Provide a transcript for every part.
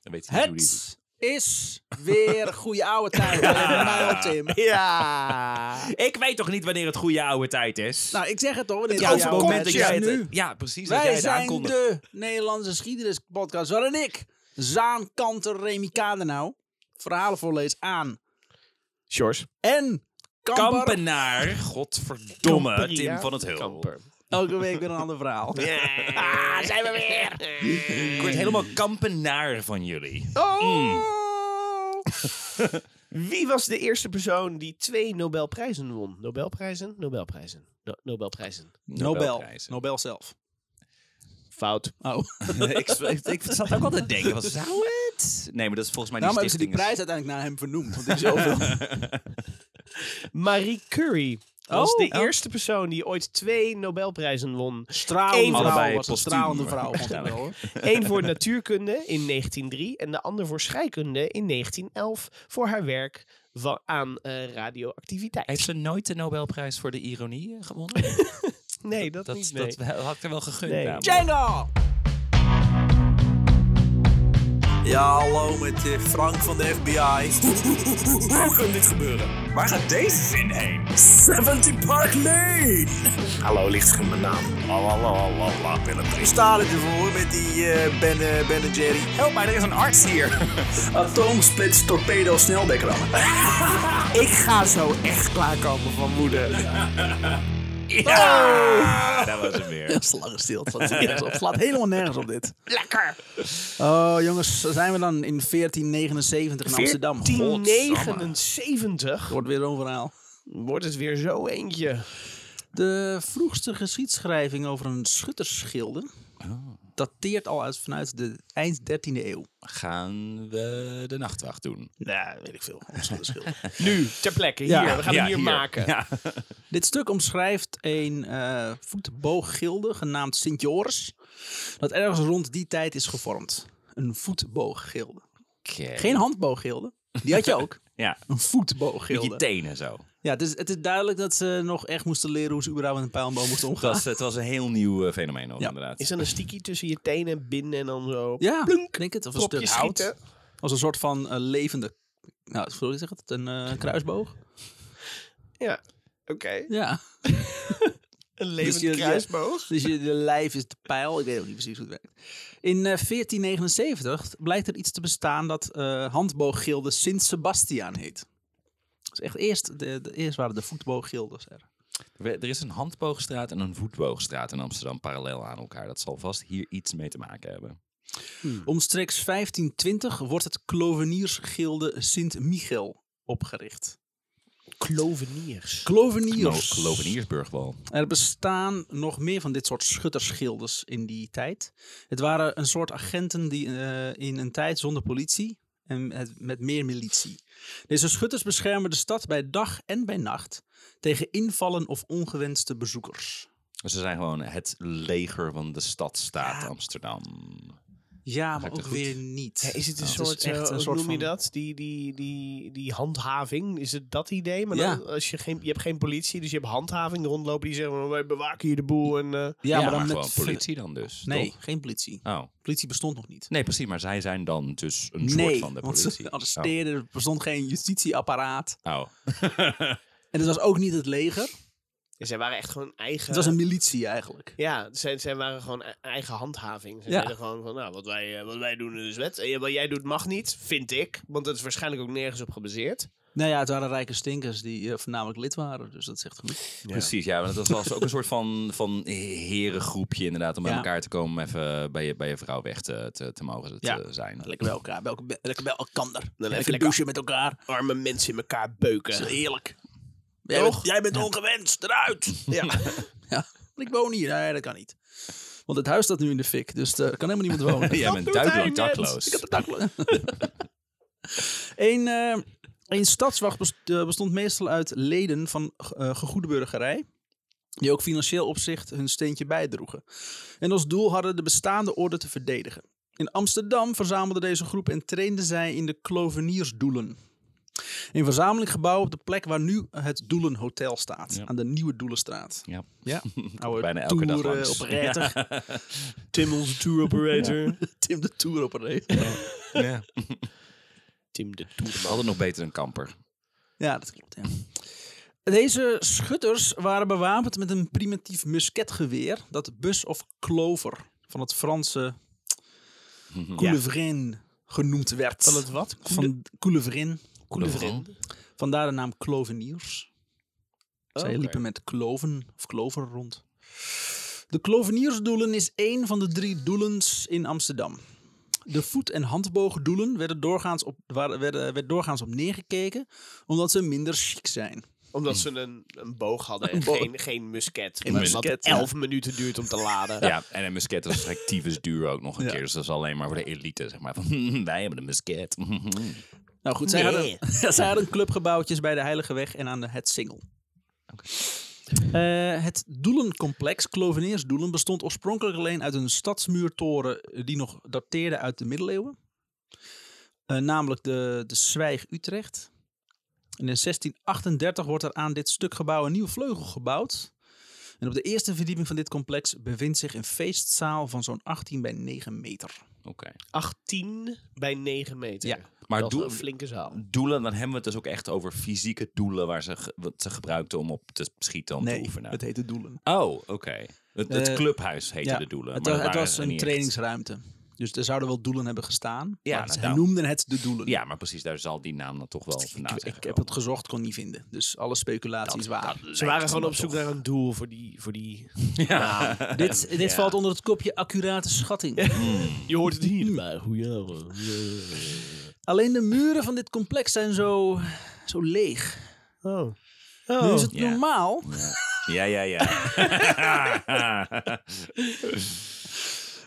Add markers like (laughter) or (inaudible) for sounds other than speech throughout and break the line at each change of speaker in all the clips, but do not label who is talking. Dan weet hij niet hoe die het
Het is weer goede oude
(laughs)
tijd bij Mijl Tim.
Ja.
doet. eh, Ik weet toch niet wanneer het goede oude tijd is?
Nou, ik zeg het toch. Dit
het
is
oude
jouw
moment dat
tijd.
jij
Ja,
het...
nu.
Ja, precies. dat jij
Wij
het
zijn
aankondigt.
de Nederlandse geschiedenispodcast. Waarin ik, Zaan Kanter Remy Kadenau, verhalen voorlees aan.
Sjors.
En Kamper,
Kampenaar. Godverdomme.
Kamper, ja.
Tim van het Hul.
Kamper.
elke week weer een ander
(laughs)
verhaal.
Ah, zijn we weer. Ik word helemaal kampenaar van jullie.
Oh.
Mm.
Wie was de eerste persoon die twee Nobelprijzen won? Nobelprijzen? Nobelprijzen. No- Nobelprijzen.
Nobel.
Nobelprijzen. (laughs)
Nobel zelf.
Fout.
Oh.
ik, ik zat ook altijd te denken, wat zou het? Nee, maar dat is volgens mij
Daarom
die
hebben ze die
stichting.
prijs uiteindelijk naar hem vernoemd. Want die is
(laughs)
zoveel.
Marie Curie was
Oh.
de
Oh.
eerste persoon die ooit twee Nobelprijzen won.
stralende
Eén
vrouw
allebei
was een
postuum.
stralende vrouw. was het wel, hoor.
Eén voor natuurkunde in 1903 en de ander voor scheikunde in 1911 voor haar werk wa- aan eh, radioactiviteit.
Heeft ze nooit de Nobelprijs voor de ironie eh, gewonnen?
nee, dat,
dat,
niet. nee.
dat had ik er wel gegund.
Nee.
namelijk.
Django!
Ja, hallo met eh, Frank van de FBI. Hoe kan dit gebeuren? Waar gaat deze zin heen? 70 Park Lane! Hallo, licht is mijn naam. Lalalala, Hoe staat het ervoor met die eh ben, eh, ben en Jerry? Help mij, er is een arts (laughs) hier. Atoomsplits, torpedo, sneldekker. Ik ga zo echt klaarkomen van moeder. Oh!
Ja, dat was hem weer.
(laughs) Dat is lange stilte. Dat slaat nergens op. Het slaat helemaal nergens op dit. Lekker! Oh jongens, zijn we dan in 1479 in Amsterdam? Het
1979
wordt weer een verhaal.
wordt het weer zo eentje.
De vroegste geschiedschrijving over een schuttersschilde
Oh.
dateert al uit, vanuit de eind 13e eeuw.
Gaan we de nachtwacht doen?
Nou, weet ik veel.
(laughs)
Een schuttersschilde.
Nu, ter plekke,
Ja.
hier. We gaan
Ja,
hem hier,
hier.
maken.
Ja.
Dit stuk omschrijft een eh voetbooggilde genaamd Sint Joris, dat ergens rond die tijd is gevormd. Een voetbooggilde.
Oké.
Geen handbooggilde. Die had je ook.
Ja,
Een
met je
voetbooggilde.
tenen zo.
Ja, het is, het is duidelijk dat ze nog echt moesten leren hoe ze überhaupt met een pijlboom moesten
Het
omgaan.
was, het was een heel nieuw eh, fenomeen ook,
Ja.
inderdaad.
Is dan een sticky tussen je tenen binden en dan zo.
Ja, ik denk het. Of een
Klopje
stuk hout.
schieten.
Als een soort van eh, levende... Nou, sorry, zeg het? Een eh, kruisboog?
Ja. Oké.
Ja.
Een
levend kruisboog. Dus je, de lijf is de pijl. Ik weet ook niet precies hoe het werkt. In eh, 1479 blijkt er iets te bestaan dat eh handbooggilde Sint Sebastiaan heet. Dus echt eerst, de, de- eerst waren de voetbooggildes er.
We- Er is een handboogstraat en een voetboogstraat in Amsterdam parallel aan elkaar. Dat zal vast hier iets mee te maken hebben.
Omstreeks 1520 wordt het Kloveniersgilde Sint Michel opgericht.
Kloveniers.
Kloveniers.
Klo- Kloveniersburgwal.
Er bestaan nog meer van dit soort schuttersgildes in die tijd. Het waren een soort agenten die eh, in een tijd zonder politie en het, met meer militie. Deze schutters beschermen de stad bij dag en bij nacht tegen invallen of ongewenste bezoekers.
Dus Ze zijn gewoon het leger van de stadstaat
Ja.
Amsterdam.
Ja, maar
het
ook
goed?
weer niet.
Ja, is het een
Nou, Het is
soort,
echt
eh,
een
hoe
soort
noem je
van-
dat? Die, die, die, die handhaving, is het dat idee? Maar
Ja.
dan, als je, geen, je hebt geen politie, dus je hebt handhaving rondlopen die zeggen, wij bewaken hier de boel. En, eh,
Ja, maar dan met
gewoon politie dan dus,
Nee,
toch?
geen politie.
Oh.
Politie bestond nog niet.
Nee, precies, maar zij zijn dan dus een soort
nee,
van de
want
politie.
(laughs) ze arresteerden, er bestond geen justitieapparaat.
Oh. Oh.
En het was ook niet het leger.
eh, zij waren echt gewoon eigen...
Het was een militie eigenlijk.
Ja, zij, zij waren gewoon e- eigen handhaving. Ze
Ja.
zeiden gewoon van, nou, wat wij, eh, wat wij doen is wet. En wat jij doet mag niet, vind ik. Want dat is waarschijnlijk ook nergens op gebaseerd.
Nou ja, het waren rijke stinkers die eh, voornamelijk lid waren, dus dat zegt genoeg.
Precies, ja. Want dat was ook een soort van, van herengroepje inderdaad. Om bij
Ja.
elkaar te komen, even bij je, bij je vrouw weg te, te, te mogen te
Ja.
zijn.
Lekker bij elkaar, bij elkaar, bij- lekker bij elkaar. Lekker,
lekker-
douchen met elkaar.
Arme mensen in elkaar
Dat is
beuken.
heerlijk. Jij bent, jij bent ongewenst, eruit! Ja. ja. Ik woon hier. Nee, dat kan niet. Want het huis staat nu in de fik, dus er kan helemaal niemand wonen.
Jij bent
doet hij
duidelijk
net?
dakloos.
Ik had het (laughs) dakloos. Eén eh, één stadswacht best- eh, bestond meestal uit leden van eh gegoede burgerij. Die ook financieel opzicht hun steentje bijdroegen. En als doel hadden de bestaande orde te verdedigen. In Amsterdam verzamelde deze groep en trainde zij in de kloveniersdoelen. Een verzameling gebouw op de plek waar nu het Doelenhotel staat.
Ja.
Aan de Nieuwe Doelenstraat.
Ja. (laughs)
Ja, oude
Bijna elke dag
toeren
langs.
eh, operator. (laughs)
Tim, onze tour operator.
Tim de Tour operator.
Ja.
Tim de
We
tourman.
hadden nog beter een kamper.
Ja, dat klopt. Ja. Deze schutters waren bewapend met een primitief musketgeweer. Dat bus of clover van het Franse coulevrin genoemd werd.
Van het wat?
van coulevrin.
Coulevrin.
Vandaar de naam cloveniers. Zij
Oké.
liepen met kloven of klover rond. De kloveniersdoelen is één van de drie doelens in Amsterdam. De voet- en handboogdoelen werden doorgaans op, waren- werden, werd doorgaans op neergekeken, omdat ze minder chic zijn.
Omdat ze een, een boog hadden en
boog.
geen, geen musket.
Een
Wat
musket, ja.
elf minuten duurt om te laden.
Ja, en een musket was effectief duur ook nog een
Ja.
keer. Dus dat is alleen maar voor de elite, zeg maar. Van, (laughs) wij hebben een musket.
Nou goed, zij,
Nee.
hadden, (laughs) zij hadden clubgebouwtjes bij de Heiligeweg en aan de Het Singel. Eh, het doelencomplex, Kloveniersdoelen, bestond oorspronkelijk alleen uit een stadsmuurtoren eh, die nog dateerde uit de middeleeuwen. Eh, namelijk de, de Zwijg Utrecht. En in 1638 wordt er aan dit stuk gebouw een nieuwe vleugel gebouwd. En op de eerste verdieping van dit complex bevindt zich een feestzaal van zo'n 18 bij 9 meter.
Oké.
18 bij 9 meter.
Ja,
maar
dat is
doe-
een flinke zaal.
Doelen, dan hebben we het dus ook echt over fysieke doelen waar ze, ge- wat ze gebruikten om op nou. te schieten, om te
Nee,
oefenen.
het heette Doelen.
Oh, oké. Het, het
Eh,
clubhuis heette
Ja,
de doelen.
Het,
maar
wa-
dat
het
waren
was
ze
een
niet echt.
trainingsruimte. Dus er zouden wel doelen hebben gestaan.
Ja,
maar ze
nou,
noemden het de doelen.
Ja, maar precies, daar zal die naam dan toch wel vandaan
ik,
zijn
ik heb
gekomen.
het gezocht, kon niet vinden. Dus alle speculaties
(laughs)
waren.
Ze waren gewoon op zoek naar een doel voor die... Voor die...
Ja. Hmm.
dit dit valt onder het kopje accurate schatting.
(laughs)
Je hoort het hier. Maar hoe
Alleen de muren van dit complex zijn zo, zo leeg.
Oh.
Nu is het
Ja.
normaal
Ja, ja,
(laughs)
ja.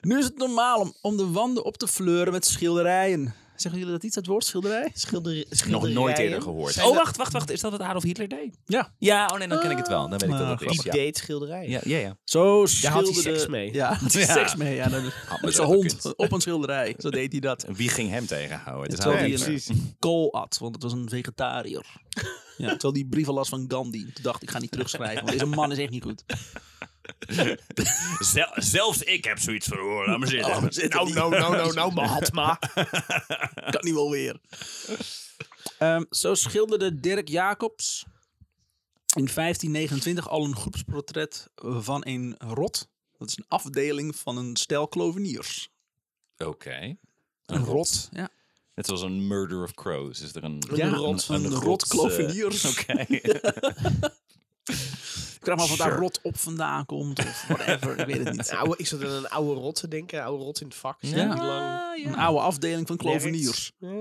Nu is het normaal om, om de wanden op te fleuren met schilderijen. Zeggen jullie dat iets, dat woord schilderij?
Schilder,
Nog nooit eerder gehoord.
Oh, wacht.
wacht, wacht. Is dat wat Adolf Hitler deed?
Ja.
Ja, oh nee, dan ken ik het wel. Dan weet ik dat
Ah,
het is.
Die
Ja,
deed schilderijen.
ja, ja. ja.
Zo
Daar had
schilderde...
hij seks mee.
Ja, had hij
Ja.
seks mee. Ja, dat- met zijn
ook
hond
gekund.
op een schilderij. Zo deed hij dat.
En Wie ging hem tegenhouden? Het is
Terwijl
Adolf
hij
Hitler.
een kool at, want het was een vegetariër. Ja, terwijl die brieven las van Gandhi. Toen dacht ik, ga niet terugschrijven, want deze man is echt niet goed.
Zel- zelfs ik heb zoiets van, hoor, laat maar zitten.
Oh,
Nou, nou, nou, nou, nou, Mahatma.
Kan niet wel weer. Ehm, zo schilderde Dirk Jacobs in 1529 al een groepsportret eh, van een rot. Dat is een afdeling van een stel kloveniers.
Nou, Oké. Een rot.
Ja.
Net zoals een Murder of Crows. Is er een,
Ja,
een,
een, een rot,
rotse-
kloveniers.
(laughs) Oké.
Ik vraag me af wat daar
Sure.
rot op vandaan komt of whatever. ik weet het niet.
Oude, Nou, ik zat aan een oude rot te denken. Oude rot in het vak.
(laughs) Ja.
Die lang
Een Ah, oude afdeling van kloveniers.
Ja.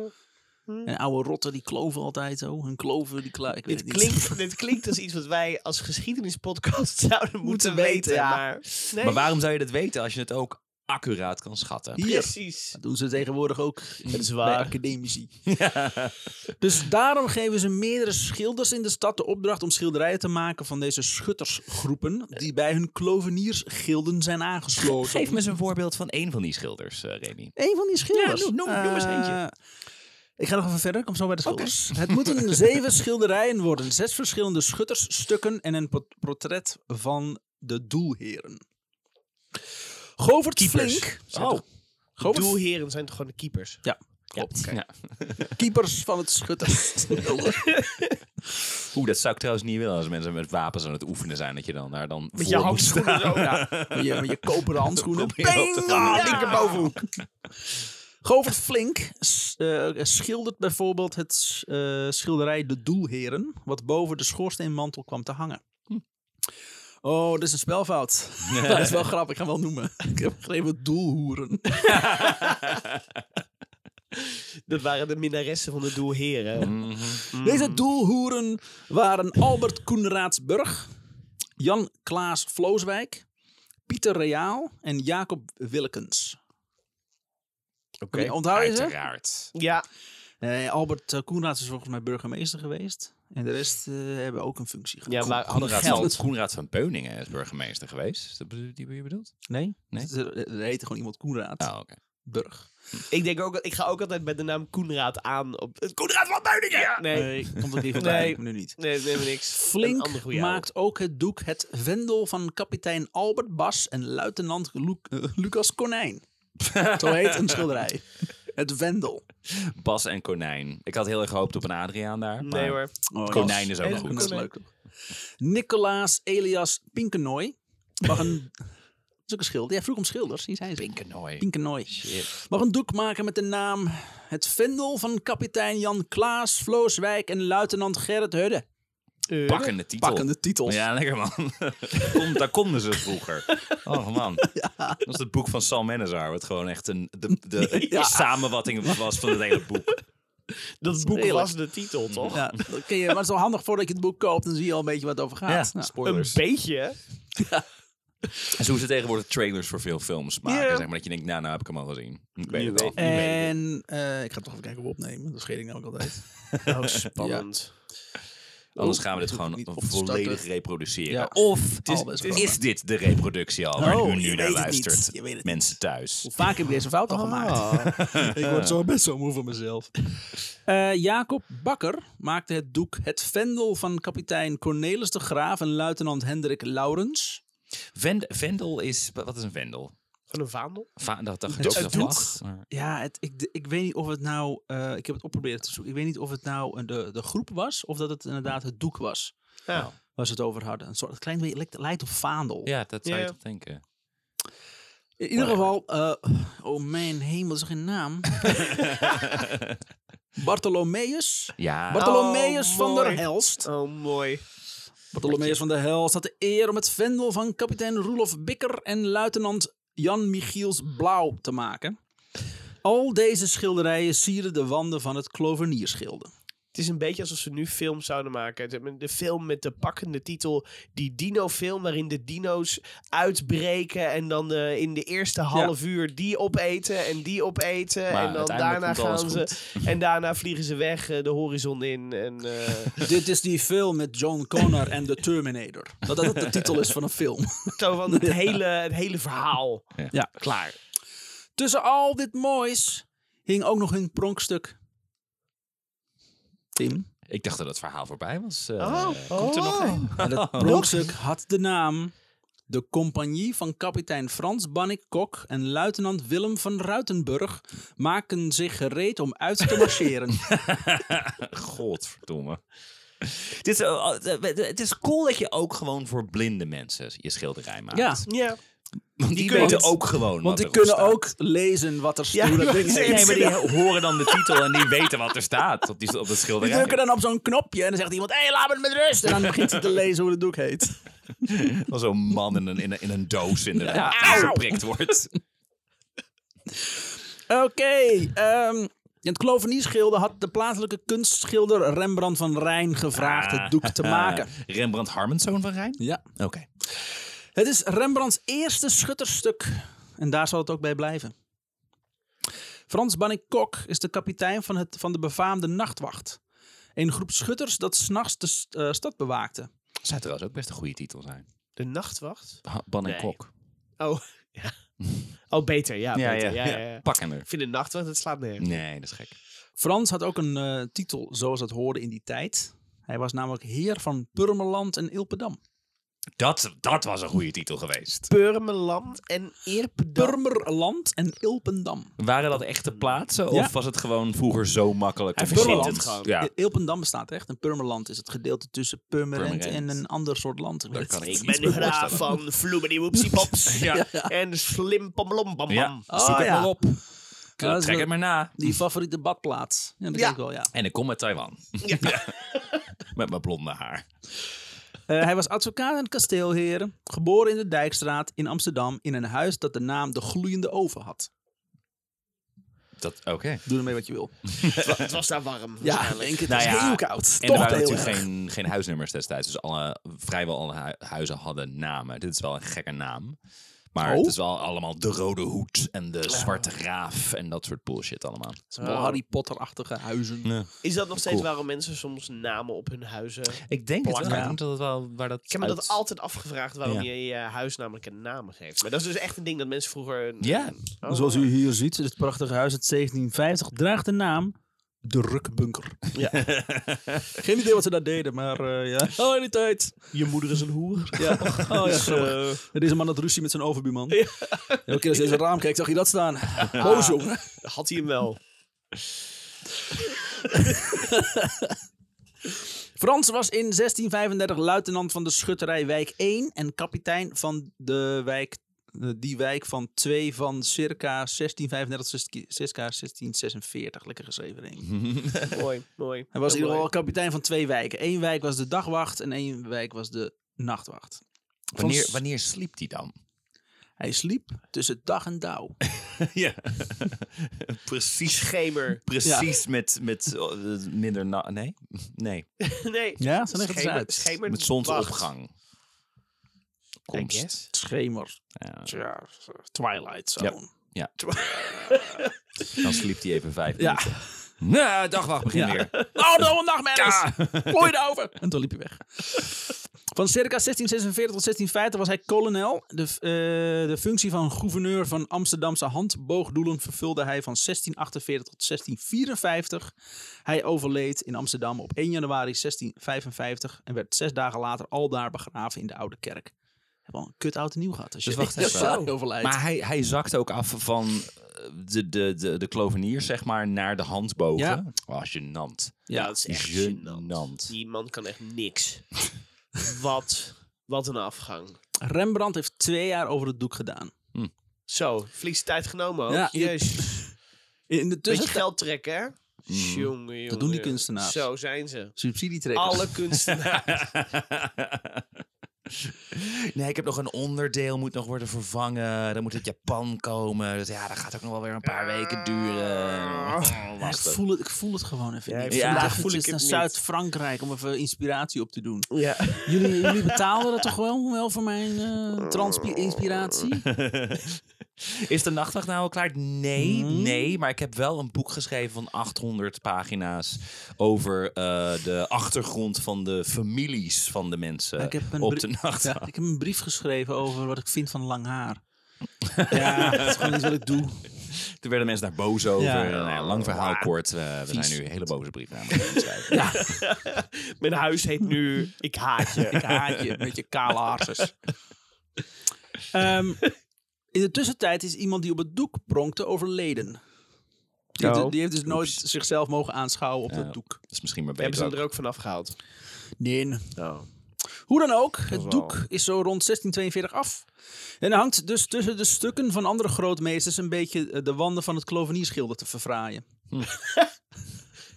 En oude rotten die kloven altijd zo. Hun kloven die klaar. Ik weet
Dit
het
klinkt, dit klinkt als iets wat wij als geschiedenispodcast (laughs) zouden moeten, weten.
weten, ja.
Maar, nee,
Maar waarom zou je dat weten als je het ook accuraat kan schatten? (laughs)
niet. Hier.
precies.
(laughs) Dat doen ze tegenwoordig ook
Dat is
bij
waar.
academici. Dus daarom geven ze meerdere schilders in de stad de opdracht om schilderijen te maken van deze schuttersgroepen. die bij hun kloveniersgilden zijn aangesloten.
Geef me eens een voorbeeld van één van die schilders, eh, Remy.
Eén van die schilders.
Ja, noem- noem- noem eens eentje.
Eh, ik ga nog even verder, ik kom zo bij de schilders. Het
(laughs)
moeten zeven schilderijen worden. Zes verschillende schuttersstukken en een pot- portret van de doelheren. Govert
Keepers.
Flink.
Oh,
Govert
Doelheren zijn toch gewoon de keepers?
Ja,
klopt.
ja.
keepers van het
(laughs)
schutters. (laughs)
Oeh, dat zou ik trouwens niet willen als mensen met wapens aan het oefenen zijn. Dat je dan daar dan
Met
voor
je
moet
handschoenen zo. Ja.
(laughs) met, je, met je koperen
(laughs)
handschoenen.
Probeer op te vallen.
Ah, linkerbovenhoek. Govert Flink s- eh, schildert bijvoorbeeld het eh, schilderij De Doelheren, wat boven de schoorsteenmantel kwam te hangen.
Hm.
Oh, dat is een
(laughs)
spelfout. (laughs) dat is wel grappig, ik ga hem wel noemen. (laughs) Ik heb geschreven doelhoeren.
Dat waren de minnaressen van de doelheren.
Mhm.
Hm.
Deze doelhoeren waren Albert Koenraadsburg, Jan Klaas Vlooswijk, Pieter Reaal en Jacob Willekens. (laughs) Oké, onthoud je ze?
Uiteraard.
Ja,
Eh, Albert uh, is volgens mij burgemeester geweest. En de rest eh, hebben ook een functie gehad.
ja maar hadden
Koenraad
geld.
van, Koenraad van Beuningen is burgemeester geweest. Is dat bedo- die wie je bedoelt?
Nee?
Nee?
Er, er heette gewoon iemand Koenraad.
Oh, oké.
Burg.
Ik denk ook, ik ga ook altijd met de naam Koenraad aan op... Koenraad van Beuningen! Nee, nee,
Nee, Eh, komt ook
(laughs)
niet voorbij.
Nee.
Nu niet.
nee, nee, maar niks. Een ander
Flink
goeie oude.
maakt ook het doek het vendel van kapitein Albert Bas en luitenant Lu- eh, Lucas
(laughs)
Konijn. Zo heet een schilderij. Het vendel.
Bas en Konijn. Ik had heel erg gehoopt op een Adriaan daar. Maar
Nee hoor.
Oh,
Konijn is ook nog
Konijn.
goed.
Dat is leuk. Nicolaas Elias Pinkenoy. Mag een... Dat is ook een schilder. Ja, vroeg om schilders. Hier zijn ze.
Pinkenooi.
Pinkenoy.
Shit.
Mag een doek maken met de naam Het Vendel van kapitein Jan Klaas Vlooswijk en luitenant Gerrit Hudde.
Pakkende titel.
Pakkende titels.
Ja, lekker man. (laughs) Kom, daar konden ze vroeger. Oh man.
(laughs)
Dat was het boek van Sal Menazar. Wat gewoon echt een, de, de
(laughs) Ja.
samenvatting was van het hele
(laughs)
boek.
Dat boek
Heerlijk.
was de titel, toch?
Ja, dat ken je, maar het is wel handig voordat je het boek koopt. Dan zie je al een beetje wat het over gaat. Nou.
Een
spoilers.
beetje.
En zo hoe ze tegenwoordig trailers voor veel films maken.
Ja.
Zeg maar dat je denkt, nou, nou heb ik hem al gezien. Ik weet het
wel.
wel.
En eh, ik ga toch even kijken hoe we opnemen. Dat scheet ik nou ook (laughs) altijd.
Oh, spannend.
Anders gaan we dit gewoon
niet op te
volledig
starten.
reproduceren.
Ja.
Of
is-
is,
het is-
dit de reproductie al waar
Oh,
u
je
nu
weet
naar
het
luistert?
niet. Je weet het
Mensen thuis.
Hoe vaak heb ik deze fout al gemaakt? Ah. (laughs) ik word zo best wel moe van mezelf. Eh, Jacob Bakker maakte het doek Het Vendel van kapitein Cornelis de Graaf en luitenant Hendrik Laurens.
Vend- vendel is... Wat is een vendel?
Gewoon een vaandel?
Va dat dacht ik ook
Een
dat
doek.
was, maar-
Ja, het, ik, ik weet niet of het nou... eh, ik heb het opgeprobeerd te zoeken. Ik weet niet of het nou een- de, de groep was of dat het inderdaad het doek was.
Ja.
Waar ze het over hadden. Een soort een klein beetje lijkt, lijkt op vaandel.
Ja, dat zou
Ja.
je toch denken. (laughs)
In ieder geval, eh, oh mijn hemel, is er geen
(laughs)
naam. Bartholomeus.
Ja.
Bartholomeus
Oh,
van
mooi.
der Helst.
Oh, mooi.
Bartholomeus van der Helst had de eer om het vendel van kapitein Roelof Bikker en luitenant Jan Michiels Blauw te maken. Al deze schilderijen sieren de wanden van het (laughs) Klovenierschilde.
Het is een beetje alsof ze nu film zouden maken. De- De film met de pakkende titel, die dino-film, waarin de dino's uitbreken en dan eh, in de eerste half uur die opeten en die opeten.
Maar
en dan
uiteindelijk
daarna
komt alles
gaan ze. (laughs) En daarna vliegen ze weg eh, de horizon in. En, (laughs) eh,
Dit is die film met John Connor en de Terminator. Dat dat de titel is van een film.
zo van het, hele, het hele verhaal.
(laughs) Ja, klaar. Tussen al dit moois hing ook nog een pronkstuk. Tim.
Ik dacht dat het verhaal voorbij was. eh.
Oh.
Oh.
komt er nog een?
(laughs)
En
(laughs)
dat pronkstuk had de naam... De compagnie van kapitein Frans Bannik Kok en luitenant Willem van Ruitenburg maken zich gereed om uit te
(laughs)
marcheren.
Godverdomme. Dit is, eh, eh, het is cool dat je ook gewoon voor blinde mensen je schilderij maakt.
ja,
Ja.
want die,
die
weten
kunnen-
ook gewoon
want
wat
die
erop
kunnen
staat.
ook lezen wat er
(laughs) Ja,
hoe dat
ik
ding
wou
heet.
Nee, maar die horen dan de titel en die weten wat er staat op, die, op het
Die
schilderij.
drukken dan op zo'n knopje en dan zegt iemand, hé, hey, laat me met rust. En dan begint ze te lezen hoe het doek heet.
(laughs)
Als zo'n man in een, in, een, in een doos inderdaad
Ja.
die geprikt wordt.
Oké, ehm, het Klovenierschilde had de plaatselijke kunstschilder Rembrandt van Rijn gevraagd het doek
(laughs)
te maken.
Eh, Rembrandt Harmenszoon van Rijn?
Ja.
Oké.
Het is Rembrandts eerste schutterstuk en daar zal het ook bij blijven. Frans Bannik Kok is de kapitein van, het, van de befaamde Nachtwacht. Een groep schutters dat s'nachts de st- eh, stad bewaakte.
Zou trouwens ook best een goede titel zijn.
De nachtwacht?
Ha- Ban en
Nee.
Kok.
Oh, ja. Oh, beter. Ja, beter. Ja, ja, ja.
Pak hem er.
Ik vind de nachtwacht, het slaat neer.
Nee, dat is gek.
Frans had ook een eh, titel zoals dat hoorde in die tijd. Hij was namelijk heer van Purmerland en Ilpendam.
Dat, dat was een goede titel geweest.
Purmerland en Eerpedam.
Purmerland en Ilpendam.
Waren dat echte plaatsen
Ja.
of was het gewoon vroeger zo makkelijk?
Hij
te
verzint
verzinnen?
het gewoon.
Ja,
E- Ilpendam bestaat echt. En Purmerland is het gedeelte tussen Purmerend,
Purmerend.
en een ander soort land. Ik
Dat
weet (laughs) het
kan
niet.
ik
Ik ben de graaf van
(laughs)
Vloebedi-Woepsiepops.
Ja.
En slim pom lom pom
ja.
pam.
Oh,
zoek het
ja.
maar op.
dat is
eh, Trek
wel-
het maar na.
Die favoriete badplaats. Ja, dat
Ja.
denk ik wel, ja.
En ik kom uit Taiwan. (laughs) Met mijn blonde haar.
Eh, hij was advocaat en kasteelheer. Geboren in de Dijkstraat in Amsterdam. In een huis dat de naam De Gloeiende Oven had.
Dat, oké.
Doe ermee wat je wil.
Het was daar warm.
Ja, ik denk het
Nou
was
ja,
heel koud.
En er
Toch
waren
heel
natuurlijk
erg.
geen, geen huisnummers destijds. Dus alle, vrijwel alle hu- huizen hadden namen. Dit is wel een gekke naam. Maar
Oh.
het is wel allemaal de rode hoed en de zwarte raaf en dat soort bullshit allemaal.
Oh.
Harry Potter-achtige huizen.
Is dat nog steeds
Cool.
waarom mensen soms namen op hun huizen...
Ik denk
het wel. Ja. Ik denk
dat het wel waar dat
Ik heb me dat altijd afgevraagd waarom
Ja.
je je huis namelijk een naam geeft. Maar dat is dus echt een ding dat mensen vroeger... een-
Ja.
Oh.
Zoals u hier ziet, het prachtige huis uit 1750 draagt de naam de Rukbunker. (laughs)
Ja.
Geen idee wat ze daar deden, maar eh, ja.
Oh, in die tijd.
Je moeder is een hoer.
ja. Oh, ja grappig.
eh,
En Deze man had ruzie met zijn overbuurman. Ja. Elke keer als je uit zijn raam kijkt, zag je dat staan. Boos, jongen.
Had hij hem
(laughs)
wel.
Frans was in 1635 luitenant van de schutterij wijk 1 en kapitein van de wijk, eh, die wijk van 2 van circa 1635 tot 16 circa 1646. Lekker geschreven, denk ik.
mooi, mooi.
Hij was in ieder
Heel
geval
mooi.
kapitein van twee wijken. Eén wijk was de dagwacht en één wijk was de nachtwacht. Van
Wanneer,
s-
wanneer sliep die dan?
Hij sliep tussen dag en
(laughs)
dauw.
ja. (laughs) Precies.
Schemer. (laughs)
Precies met, met eh, minder na... Nee? Nee.
Nee.
Ja, zo legt het
Schemer-
uit.
schemer-
Met zonsopgang. Komst.
Schemer.
Ja.
Tja, Twilight Zone.
Ja. (laughs) Dan sliep hij even vijf
Ja.
minuten. Nee, dagwacht Nou, begin (laughs)
Ja.
weer.
Oh, dan een nachtmerries. Plooi erover. En toen liep hij weg. Van circa 1646 tot 1650 was hij kolonel. De, f- eh, de functie van gouverneur van Amsterdamse handboogdoelen vervulde hij van 1648 tot 1654. Hij overleed in Amsterdam op 1 januari 1655 en werd zes dagen later aldaar begraven in de Oude Kerk. Heb al een kut oud en nieuw gehad als je
Dus wacht
echt
even.
zo overlijdt.
Maar hij, hij zakt ook af van eh, de, de, de, de klovenier, zeg maar, naar de handbogen. Oh, gênant.
Ja, dat is echt
Gênant.
gênant. Die man kan echt
(laughs)
niks. wat, wat een afgang.
Rembrandt heeft twee jaar over het doek gedaan.
Zo, verlies tijd genomen
Oh,
ook.
Ja, je- dus
Jezus.
In de
Beetje
tussentijd
geld trekken, hè?
Mm.
Jongen, jongen.
doen die
jongen.
kunstenaars.
Zo zijn ze.
subsidietrekkers.
Alle
(laughs)
kunstenaars.
(laughs) Nee, ik heb nog een onderdeel, moet nog worden vervangen. Dan moet het Japan komen. Dus ja, dat gaat ook nog wel weer een paar weken duren. Oh,
Ja, ik,
lastig.
Ah. voel het, ik voel het gewoon even
Ja,
niet.
ik voel-
Vandaag
ja, voel
eventjes
ik
naar
het niet.
Zuid-Frankrijk om even inspiratie op te doen.
ja. (laughs)
Jullie, jullie betalen dat toch wel, wel voor mijn eh,
(laughs)
transpiratie?
Is de nachtwacht nou al klaar? Nee,
Hmm.
nee. Maar ik heb wel een boek geschreven van 800 pagina's over eh, de achtergrond van de families van de mensen
Ik heb een
op
brie-
de nachtwacht.
Ja, ik heb een brief geschreven over wat ik vind van lang
(laughs)
haar. Ja, dat is gewoon iets wat ik doe.
Toen werden mensen daar boos over.
Ja.
Nou ja, lang verhaal kort. Eh, we
Vies.
zijn nu hele boze brieven
(laughs)
aan het schrijven.
Mijn huis heet (laughs) nu Ik Haat Je.
Ik haat je met je kale haarsers. Ehm, in de tussentijd is iemand die op het doek pronkte overleden. Die, heeft,
Oh.
die heeft dus nooit zichzelf mogen aanschouwen op
Nou, Ja.
dat doek.
Dat is misschien maar
Hebben
beter.
ze
ook. Nou.
hem er ook vanaf gehaald?
Nee.
Oh.
Hoe dan ook, het
wel.
doek is zo rond 1642 af. En hangt dus tussen de stukken van andere grootmeesters een beetje eh, de wanden van het klovenierschilder te verfraaien.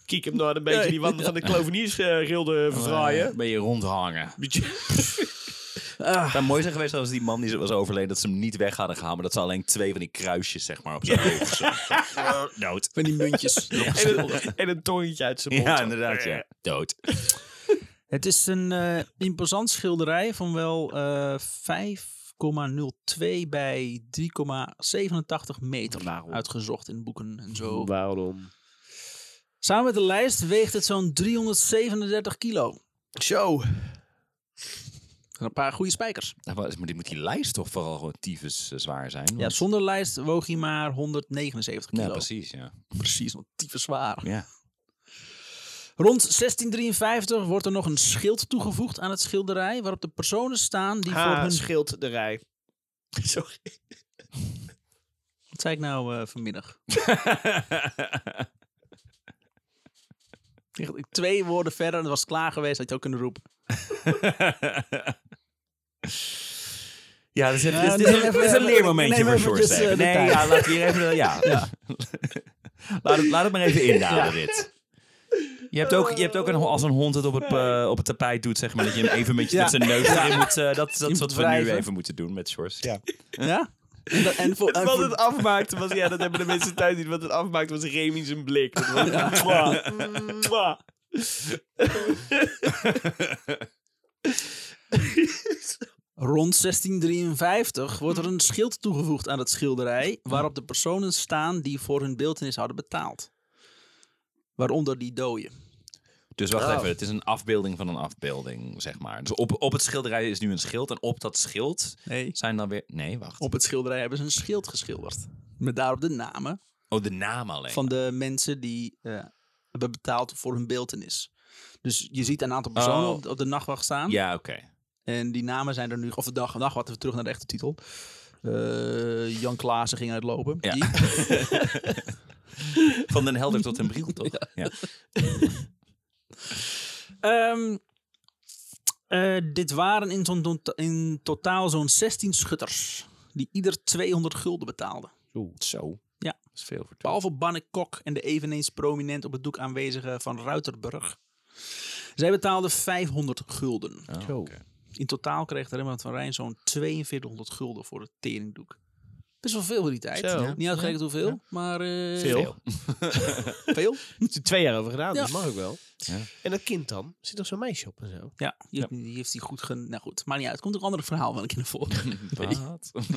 Kiek hem nou een beetje die wanden van de
Oh,
kloveniersgilde
(laughs)
verfraaien.
Ben je rondhangen. Het zou mooi zijn geweest als die man die was overleden, dat ze hem niet weg hadden gehaald, maar dat ze alleen twee van die kruisjes zeg maar op zijn hoofd (laughs) zouden- Dood.
Van die muntjes.
En een, en een tongetje uit zijn mond.
Ja, inderdaad, ja. Dood.
(laughs) Het is een eh, imposant schilderij van wel eh 5,02 bij 3,87 meter uitgezocht in boeken en zo.
Oh, Waarom?
Samen met de lijst weegt het zo'n 337 kilo.
Zo.
En een paar goede spijkers.
Nou, wat is- Maar die moet die lijst toch vooral gewoon tyfus eh, zwaar zijn?
Ja,
want-
zonder lijst woog hij maar 179 kilo.
Ja, precies, ja.
precies, want tyfe zwaar.
ja.
Rond 1653 wordt er nog een schild toegevoegd aan het schilderij, waarop de personen staan die voor
Ha,
hun...
scheelt de
(laughs)
rij. Sorry.
Wat zei ik nou eh, vanmiddag?
(laughs)
Echt, ik- Twee woorden verder en het was klaar geweest, had je ook kunnen roepen.
Ja, dit is,
Ja,
dit is-
nee,
dit
even-
is een
even-
leermomentje
neem
voor
eventjes,
Short
eh,
Step.
de
Nee,
tijd.
ja, laat hier even... Ja. (laughs) Laat, het, laat het maar even indalen, (laughs) dit. Je hebt ook, je hebt ook een, ho- als een hond het op het, eh, op het tapijt doet, zeg maar, dat je hem even met, je-
Ja.
met zijn neus erin moet... eh, dat dat
moet
is wat we nu
wrijven.
even moeten doen met Shorts. Ja.
(laughs)
Ja? En, dat- en voor, en
Wat
voor-
het afmaakte was, ja, dat hebben de mensen thuis niet. Wat het afmaakte was Remy zijn blik. Dat was, Mwah. Mwah.
Rond 1653 wordt er een schild toegevoegd aan het schilderij waarop de personen staan die voor hun beeltenis hadden betaald. Waaronder die doden.
Dus wacht
Oh.
even, het is een afbeelding van een afbeelding, zeg maar. Dus op, op het schilderij is nu een schild en op dat schild
Nee.
zijn dan weer... Nee, wacht.
Op het schilderij hebben ze een schild geschilderd. Met daarop de namen
Oh, de naam alleen.
van de mensen die eh, hebben betaald voor hun beeltenis. Dus je ziet een aantal
Oh.
personen op, op de nachtwacht staan.
Ja, oké.
En die namen zijn er nu, of de dag, dag wat even terug naar de echte titel. Eh, Jan Klaassen ging uitlopen.
Ja.
Die-
Van Den Helder tot Den (laughs) Briel, toch? Ja.
Ehm, eh, dit waren in, zo'n tot- in totaal zo'n 16 schutters. Die ieder 200 gulden betaalden.
Zo.
Ja.
Dat is veel voor twaalf.
Behalve Banne Kok en de eveneens prominent op het doek aanwezige van Ruiterburg. Zij betaalden 500 gulden.
Oh,
Zo.
oké.
In totaal kreeg de Rembrandt van Rijn zo'n 4200 gulden voor het teringdoek. Best wel veel voor die tijd.
Zo.
Niet uitgerekend hoeveel, maar... eh,
Veel. (laughs)
Veel?
Heeft er twee jaar over gedaan,
Ja.
dat mag ook wel.
Ja.
En dat kind dan? Zit toch zo'n meisje op en (laughs) zo?
Ja, die, heeft- die heeft hij goed... Gen... Nou goed, maar niet uit. Komt ook een ander verhaal wel een keer naar voren.
Wat? (laughs)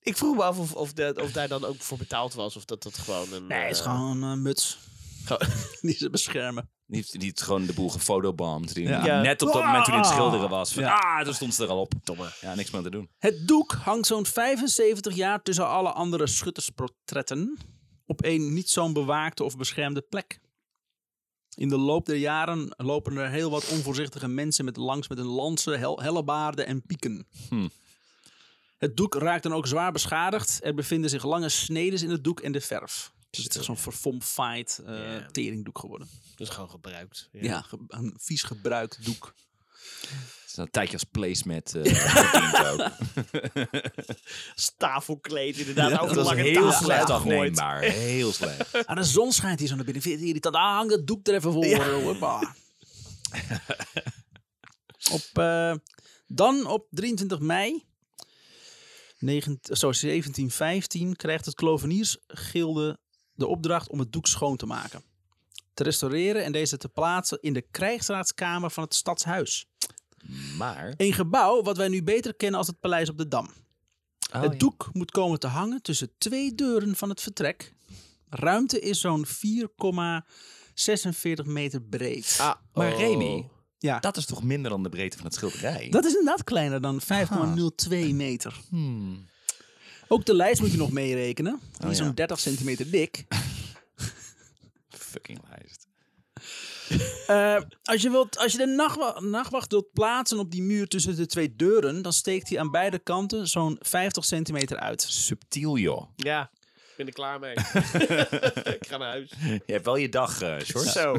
Ik vroeg me af of, of, dat, of daar dan ook voor betaald was. Of dat dat gewoon een...
Nee, het is
eh,
gewoon een muts.
Gewoon- (laughs)
die ze beschermen.
Niet, niet gewoon de boel gefotobomd. Die
Ja.
ja. Net op dat moment toen hij aan het
Ah.
schilderen was. Van, Ah, toen stond ze er al op.
Domme.
Ja, niks meer aan te doen.
Het doek hangt zo'n 75 jaar tussen alle andere schuttersportretten op één niet zo'n bewaakte of beschermde plek. In de loop der jaren lopen er heel wat onvoorzichtige mensen met langs met hun lansen, hel hellebaarden en pieken.
Hm.
Hmm.
Het doek raakt dan ook zwaar beschadigd. Er bevinden zich lange snedes in het doek en de verf. Dus het is echt zo'n verfomfaaid eh,
Ja.
teringdoek geworden.
Dat is gewoon gebruikt. Ja.
Ja, ge- een vies gebruikt doek.
Het is een tijdje als placemat. (laughs) eh, voor kind ook.
Tafelkleed inderdaad.
Ja,
over
dat
de
Dat
lange
is heel
tafel
slecht (laughs)
gegooid.
afneembaar. Heel slecht.
Ah, de zon schijnt hier zo naar binnen. Vind je het irritant? Ah, hang dat doek er even voor. Hoppa. op, eh, dan op 23 mei negent- zo, 1715 krijgt het Kloveniersgilde de opdracht om het doek schoon te maken. Te restaureren en deze te plaatsen in de krijgsraadskamer van het stadshuis.
Maar...
Een gebouw wat wij nu beter kennen als het Paleis op de Dam. het
Oh, ja.
doek moet komen te hangen tussen twee deuren van het vertrek. Ruimte is zo'n 4,46 meter breed.
Ah,
Maar
oh.
Remy,
ja.
dat is toch minder dan de breedte van het schilderij?
Dat is inderdaad kleiner dan
Ah.
5,02 meter.
Hmm.
Ook de lijst moet je nog meerekenen. Die is
ja.
zo'n 30 centimeter dik.
Fucking lijst.
Eh, als, je wilt, als je de nachtwa- nachtwacht wilt plaatsen op die muur tussen de twee deuren... dan steekt hij aan beide kanten zo'n 50 centimeter uit.
Subtiel, joh.
Ja, ik ben er klaar mee. ik ga naar huis.
Je hebt wel je dag, eh Short.
(laughs) Zo.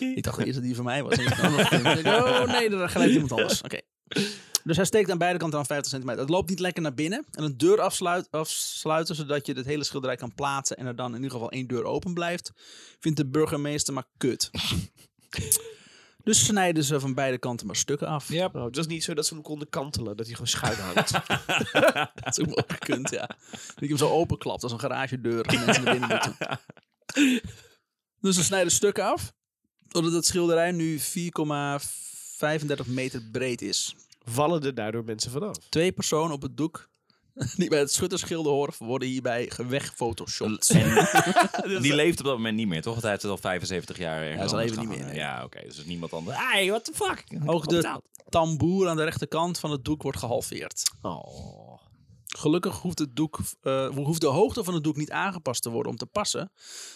Ik dacht eerst dat die van mij (laughs) was. En ik dacht, oh, wacht even. oh nee, daar gelijk iemand anders. Oké. (laughs) Dus hij steekt aan beide kanten aan 50 centimeter. Het loopt niet lekker naar binnen. En een deur afsluit, afsluiten, zodat je het hele schilderij kan plaatsen. En er dan in ieder geval één deur open blijft. Vindt de burgemeester maar kut. dus snijden ze van beide kanten maar stukken af.
Ja.
Oh, het was niet zo dat ze hem konden kantelen. Dat hij gewoon schuin (laughs) hangt.
(laughs) Dat is ook wel gekund, ja. Dat je hem zo openklapt als een garagedeur. En mensen naar binnen moeten. (laughs) Dus ze snijden stukken af. Zodat het schilderij nu 4,35 meter breed is.
Vallen er daardoor mensen vanaf?
Twee personen op het doek (laughs) die bij het schuttersgilde horen, worden hierbij gewegfotoshopt.
Die leeft op dat moment niet meer, toch? Want hij heeft het al 75 jaar ergens
Hij is al
anders
even niet
gehangen.
meer, nee.
Ja, oké. Dus niemand anders. Hey, what the fuck?
Ook de tamboer aan de rechterkant van het doek wordt gehalveerd.
Oh.
Gelukkig hoeft, het doek, eh, hoeft de hoogte van het doek niet aangepast te worden om te passen.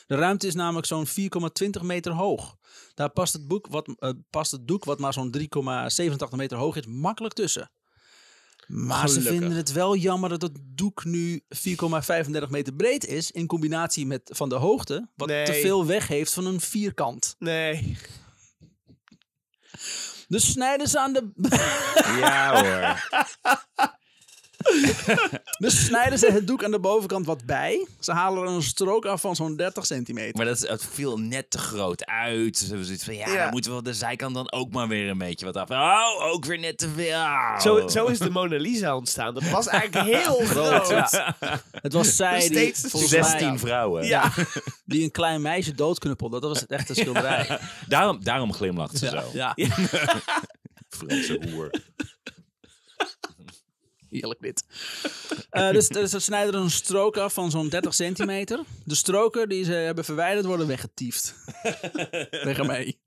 De ruimte is namelijk zo'n 4,20 meter hoog. Daar past het, boek wat, eh, past het doek, wat maar zo'n 3,87 meter hoog is, makkelijk tussen. Maar ze
Gelukkig.
vinden het wel jammer dat het doek nu 4,35 meter breed is. In combinatie met van de hoogte, wat
Nee.
te veel weg heeft van een vierkant.
Nee.
Dus snijden ze aan de, (laughs)
Ja hoor.
dus snijden ze het doek aan de bovenkant wat bij. Ze halen er een strook af van zo'n 30
(laughs)
centimeter.
Maar dat is, het viel net te groot uit. Ze hebben zoiets van, ja,
Ja.
dan moeten we op de zijkant dan ook maar weer een beetje wat af. Oh, ook weer net te veel.
Zo, zo is de Mona Lisa ontstaan. Dat was eigenlijk heel
(laughs)
groot.
Ja.
Het was zij die,
Steeds
volgens
16
mij,
vrouwen.
Ja.
die een klein meisje doodknuppelde. Dat was het echte schilderij.
Daarom, daarom glimlacht ze
Ja.
zo.
ja.
(laughs) Franse hoer.
Heerlijk dit. Eh, dus, dus ze snijden er een strook af van zo'n 30 centimeter. De stroken die ze hebben verwijderd worden weggetiefd. Tegen mij.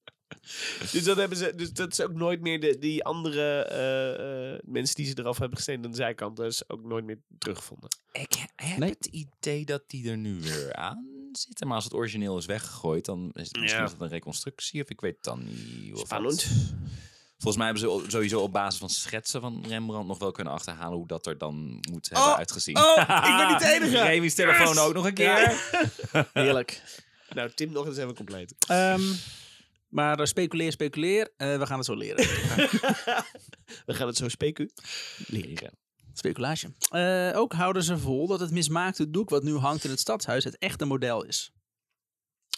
Dus dat, hebben ze, dus dat is ook nooit meer de, die andere eh, eh, mensen die ze eraf hebben gesneden aan de zijkant. Dat is ook nooit meer teruggevonden.
Ik heb
Nee.
het idee dat die er nu weer aan zitten. Maar als het origineel is weggegooid, dan is het misschien
Ja.
is dat een reconstructie. Of ik weet het dan niet. Of wat.
Spannend.
Volgens mij hebben ze o- sowieso op basis van schetsen van Rembrandt nog wel kunnen achterhalen hoe dat er dan moet hebben uitgezien.
oh,
(laughs)
ik ben niet de enige.
Remy's telefoon
Yes.
ook nog een keer.
Heerlijk.
Nou, Tim nog eens even compleet.
Ehm, maar eh, speculeer, speculeer. Eh, we gaan het zo leren.
We gaan het zo specu.
Leren.
Speculage. Eh, ook houden ze vol dat het mismaakte doek wat nu hangt in het stadshuis het echte model is.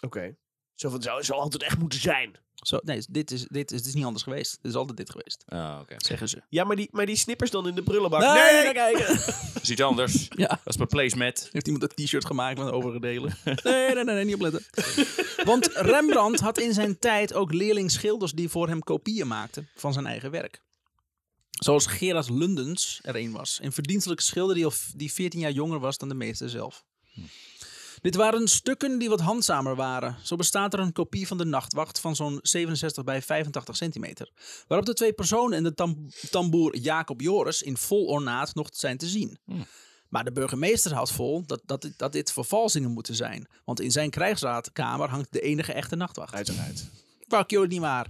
Oké. Zo van, zou, zou altijd echt moeten zijn.
Zo, nee, dit is, dit, is, dit is niet anders geweest. Het is altijd dit geweest,
Ah, oké.
zeggen ze.
Ja, maar die, maar die snippers dan in de prullenbak.
daar
(laughs)
kijken.
Is iets anders.
Ja.
Dat is mijn placemat.
Heeft iemand een t-shirt gemaakt van de overige delen? Nee, nee, nee, nee, niet opletten. Want Rembrandt had in zijn tijd ook leerlingschilders die voor hem kopieën maakten van zijn eigen werk. Zoals Gerard Lundens er een was. Een verdienstelijke schilder die, al v- die 14 jaar jonger was dan de meester zelf.
Hm.
Dit waren stukken die wat handzamer waren. Zo bestaat er een kopie van de Nachtwacht van zo'n 67 bij 85 centimeter. Waarop de twee personen en de tam- tamboer Jacob Joris in vol ornaat nog zijn te zien.
Hm.
Maar de burgemeester had vol dat, dat, dit- dat dit vervalsingen moeten zijn. Want in zijn krijgsraadkamer hangt de enige echte nachtwacht.
Uiteraard.
Fuck joh, niet waar.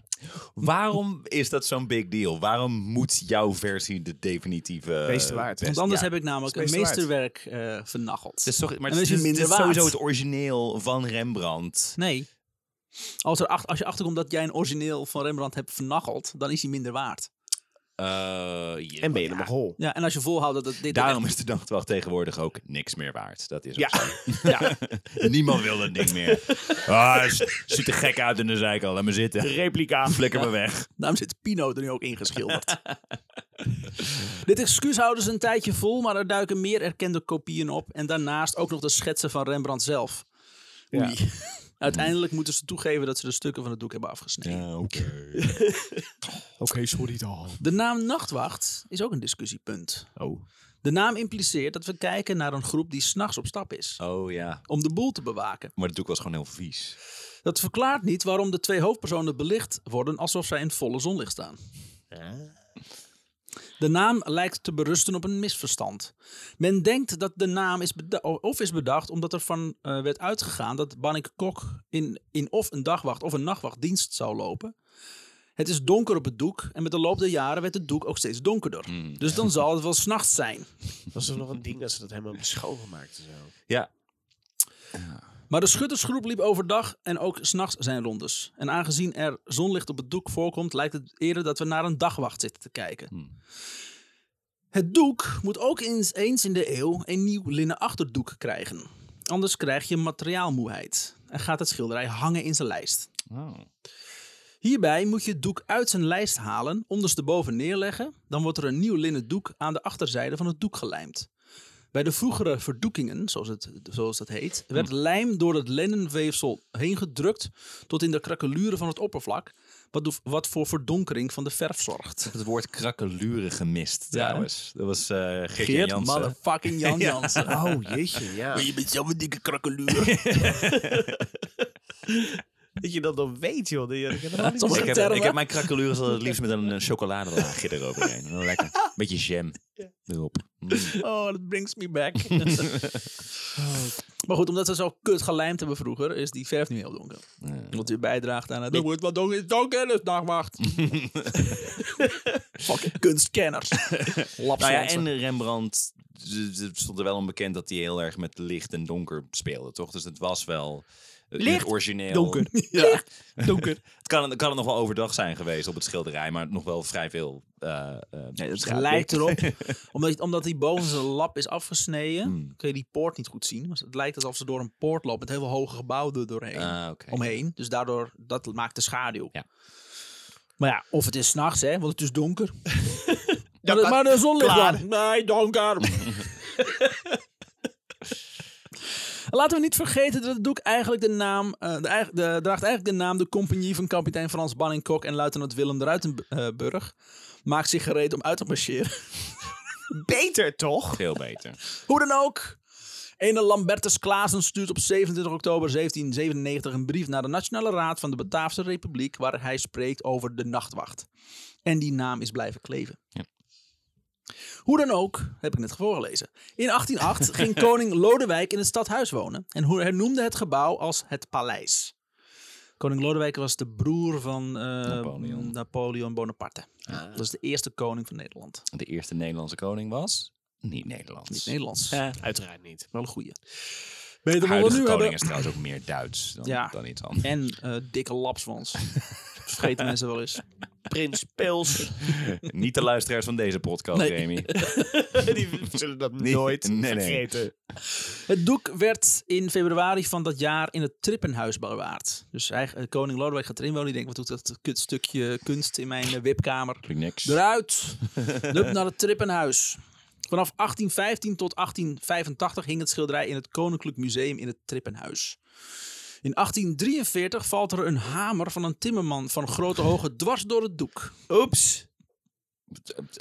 Waarom is dat zo'n big deal? Waarom moet jouw versie de definitieve...
Meeste waard.
best-
Want anders
ja.
heb ik namelijk
is
een
best
meesterwerk eh vernacheld.
Het is toch, maar
En
het is, dus-
dan is hij
het is
minder waard.
sowieso het origineel van Rembrandt.
Nee. Als, er ach- als je achterkomt dat jij een origineel van Rembrandt hebt vernacheld, dan is hij minder waard.
Eh, ja.
En ben je helemaal hol.
Ja, en als je volhoudt dat dit- dit...
Daarom is de nachtwacht tegenwoordig ook niks meer waard. Dat is ook
Ja.
zo. Niemand wil dat ding meer. Ah, hij z- ziet er gek uit in de zijkant. Laat me zitten.
Replica.
Flikker me weg.
(laughs) Daarom zit Pino er nu ook ingeschilderd. Dit excuus houden ze een tijdje vol, maar er duiken meer erkende kopieën op. En daarnaast ook nog de schetsen van Rembrandt zelf.
Ja.
Oei. (laughs) Uiteindelijk moeten ze toegeven dat ze de stukken van het doek hebben afgesneden.
oké.
(laughs) sorry dan.
De naam Nachtwacht is ook een discussiepunt.
Oh.
De naam impliceert dat we kijken naar een groep die s'nachts op stap is.
oh ja.
Om de boel te bewaken.
Maar dat doek was gewoon heel vies.
Dat verklaart niet waarom de twee hoofdpersonen belicht worden alsof zij in het volle zonlicht staan. De naam lijkt te berusten op een misverstand. Men denkt dat de naam is beda- of is bedacht omdat er van eh, werd uitgegaan dat Bannik Kok in, in of een dagwacht of een nachtwacht dienst zou lopen. Het is donker op het doek en met de loop der jaren werd het doek ook steeds donkerder. dus dan zal het wel s'nachts zijn.
Was er nog een ding dat ze dat helemaal hebben schoongemaakt en zo?
Ja.
Maar de schuttersgroep liep overdag en ook s'nachts zijn rondes. En aangezien er zonlicht op het doek voorkomt, lijkt het eerder dat we naar een dagwacht zitten te kijken. Het doek moet ook eens, eens in de eeuw een nieuw linnen achterdoek krijgen. Anders krijg je materiaalmoeheid en gaat het schilderij hangen in zijn lijst. Hierbij moet je het doek uit zijn lijst halen, ondersteboven neerleggen. Dan wordt er een nieuw linnen doek aan de achterzijde van het doek gelijmd. Bij de vroegere verdoekingen, zoals, het, zoals dat heet, werd
Hmm.
lijm door het linnenweefsel heen gedrukt tot in de krakeluren van het oppervlak, wat, doe- wat voor verdonkering van de verf zorgt.
Het woord krakkeluren gemist
Ja, hè?
trouwens. Dat was eh Geert,
Geert
Jansen.
motherfucking
(laughs)
Jan Jansen.
Oh, jeetje, ja.
Je bent zelf een dikke krakeluur.
Dat je dat dan weet, joh. Dat je
(laughs)
dat helemaal niet
Sommige
Ik heb,
termen.
ik heb mijn krakkeluren altijd het liefst met een eh, chocoladelaagje eroverheen. En dan lekker. Beetje jam. Erop. Mm.
Oh, that brings me back.
(laughs)
Maar goed, omdat ze zo kut gelijmd hebben vroeger, is die verf nu heel donker. Wat weer bijdraagt aan het... Er wordt wat donker, donker, dus
(laughs)
nachtwacht.
(laughs)
Fucking kunstkenners.
Nou ja,
Lapslensen.
en Rembrandt d- d- stond er wel om bekend dat hij heel erg met licht en donker speelde, toch? Dus het was wel eh, in
Licht,
het origineel.
donker.
(laughs) Ja,
donker.
het kan, het kan het nog wel overdag zijn geweest op het schilderij, maar nog wel vrij veel. eh eh,
Het
straatlicht.
lijkt erop,
(laughs)
omdat, omdat die boven zijn lap is afgesneden,
Hmm.
kun je die poort niet goed zien. Maar het lijkt alsof ze door een poort lopen met heel veel hoge gebouwen er doorheen.
Ah, oké.
omheen. Dus daardoor, dat maakt de schaduw.
Ja.
Maar ja, of het is s'nachts, hè, want het is (laughs) donker. maar, de,
kan-
maar de zon ligt (laughs)
klaar.
dan. Nee, donker. Laten we niet vergeten dat het doek eigenlijk de naam, eh, de, eigen- de- draagt eigenlijk de naam de compagnie van kapitein Frans Banningkok en luitenant Willem de Ruitenburg. Maakt zich gereed om uit te marcheren.
Beter toch?
Veel beter.
Hoe dan ook. Ene Lambertus Klaassen stuurt op 27 oktober 1797 een brief naar de Nationale Raad van de Bataafse Republiek, waar hij spreekt over de nachtwacht. En die naam is blijven kleven.
Ja.
Hoe dan ook, heb ik net voorgelezen. In 1808
(laughs)
ging koning Lodewijk in het stadhuis wonen en hoe- hernoemde het gebouw als het paleis. Koning Lodewijk was de broer van eh,
Napoleon. Ah.
Napoleon Bonaparte. Dat is de eerste koning van Nederland.
De eerste Nederlandse koning was niet Nederlands.
Niet Nederlands.
Uiteraard niet.
Wel een goeie. Beter
De
dan wat we
huidige
nu
koning
hebben.
is trouwens ook meer Duits dan,
Ja.
dan iets anders. (laughs)
En eh, dikke lapswans. Vergeten mensen wel eens.
Prins
(laughs)
Pils, (laughs)
Niet de luisteraars van deze podcast,
Nee. (laughs)
Remy.
die zullen dat
Nee,
nooit
nee, nee.
vergeten.
Het doek werd in februari van dat jaar in het Trippenhuis bewaard. Dus hij, eh, koning Lodewijk gaat erin wonen. Die denkt, wat doet dat kut stukje kunst in mijn eh, wipkamer?
Klinkt niks.
Eruit! Hup naar het Trippenhuis. Vanaf 1815 tot 1885 hing het schilderij in het Koninklijk Museum in het Trippenhuis. In 1843 valt er een hamer van een timmerman van grote hoogte dwars door het doek.
Oeps.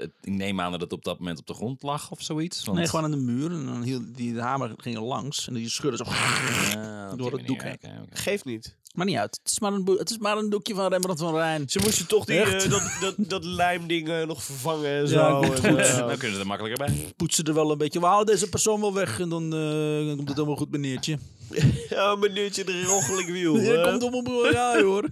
Ik neem aan dat het op dat moment op de grond lag of zoiets. Want...
Nee, gewoon aan de muur. En dan hield die de hamer ging er langs. En die schudde zo.
Ah, op
door
die
het doek
manier, oké, oké.
Geeft niet.
Maar niet uit. Het is maar een, boe- het is maar een doekje van Rembrandt van Rijn.
Ze moesten toch die,
Echt?
eh, dat, dat, dat lijmding eh, nog vervangen en zo.
komt
en,
goed.
eh,
Nou kunnen ze er makkelijker bij.
Poetsen er wel een beetje. We halen deze persoon wel weg. En dan, eh, dan komt het allemaal goed,
(laughs)
meneertje.
ja, een minuutje de rochelijk wiel.
Je
eh?
hè?
komt op een broer. Ja, hoor.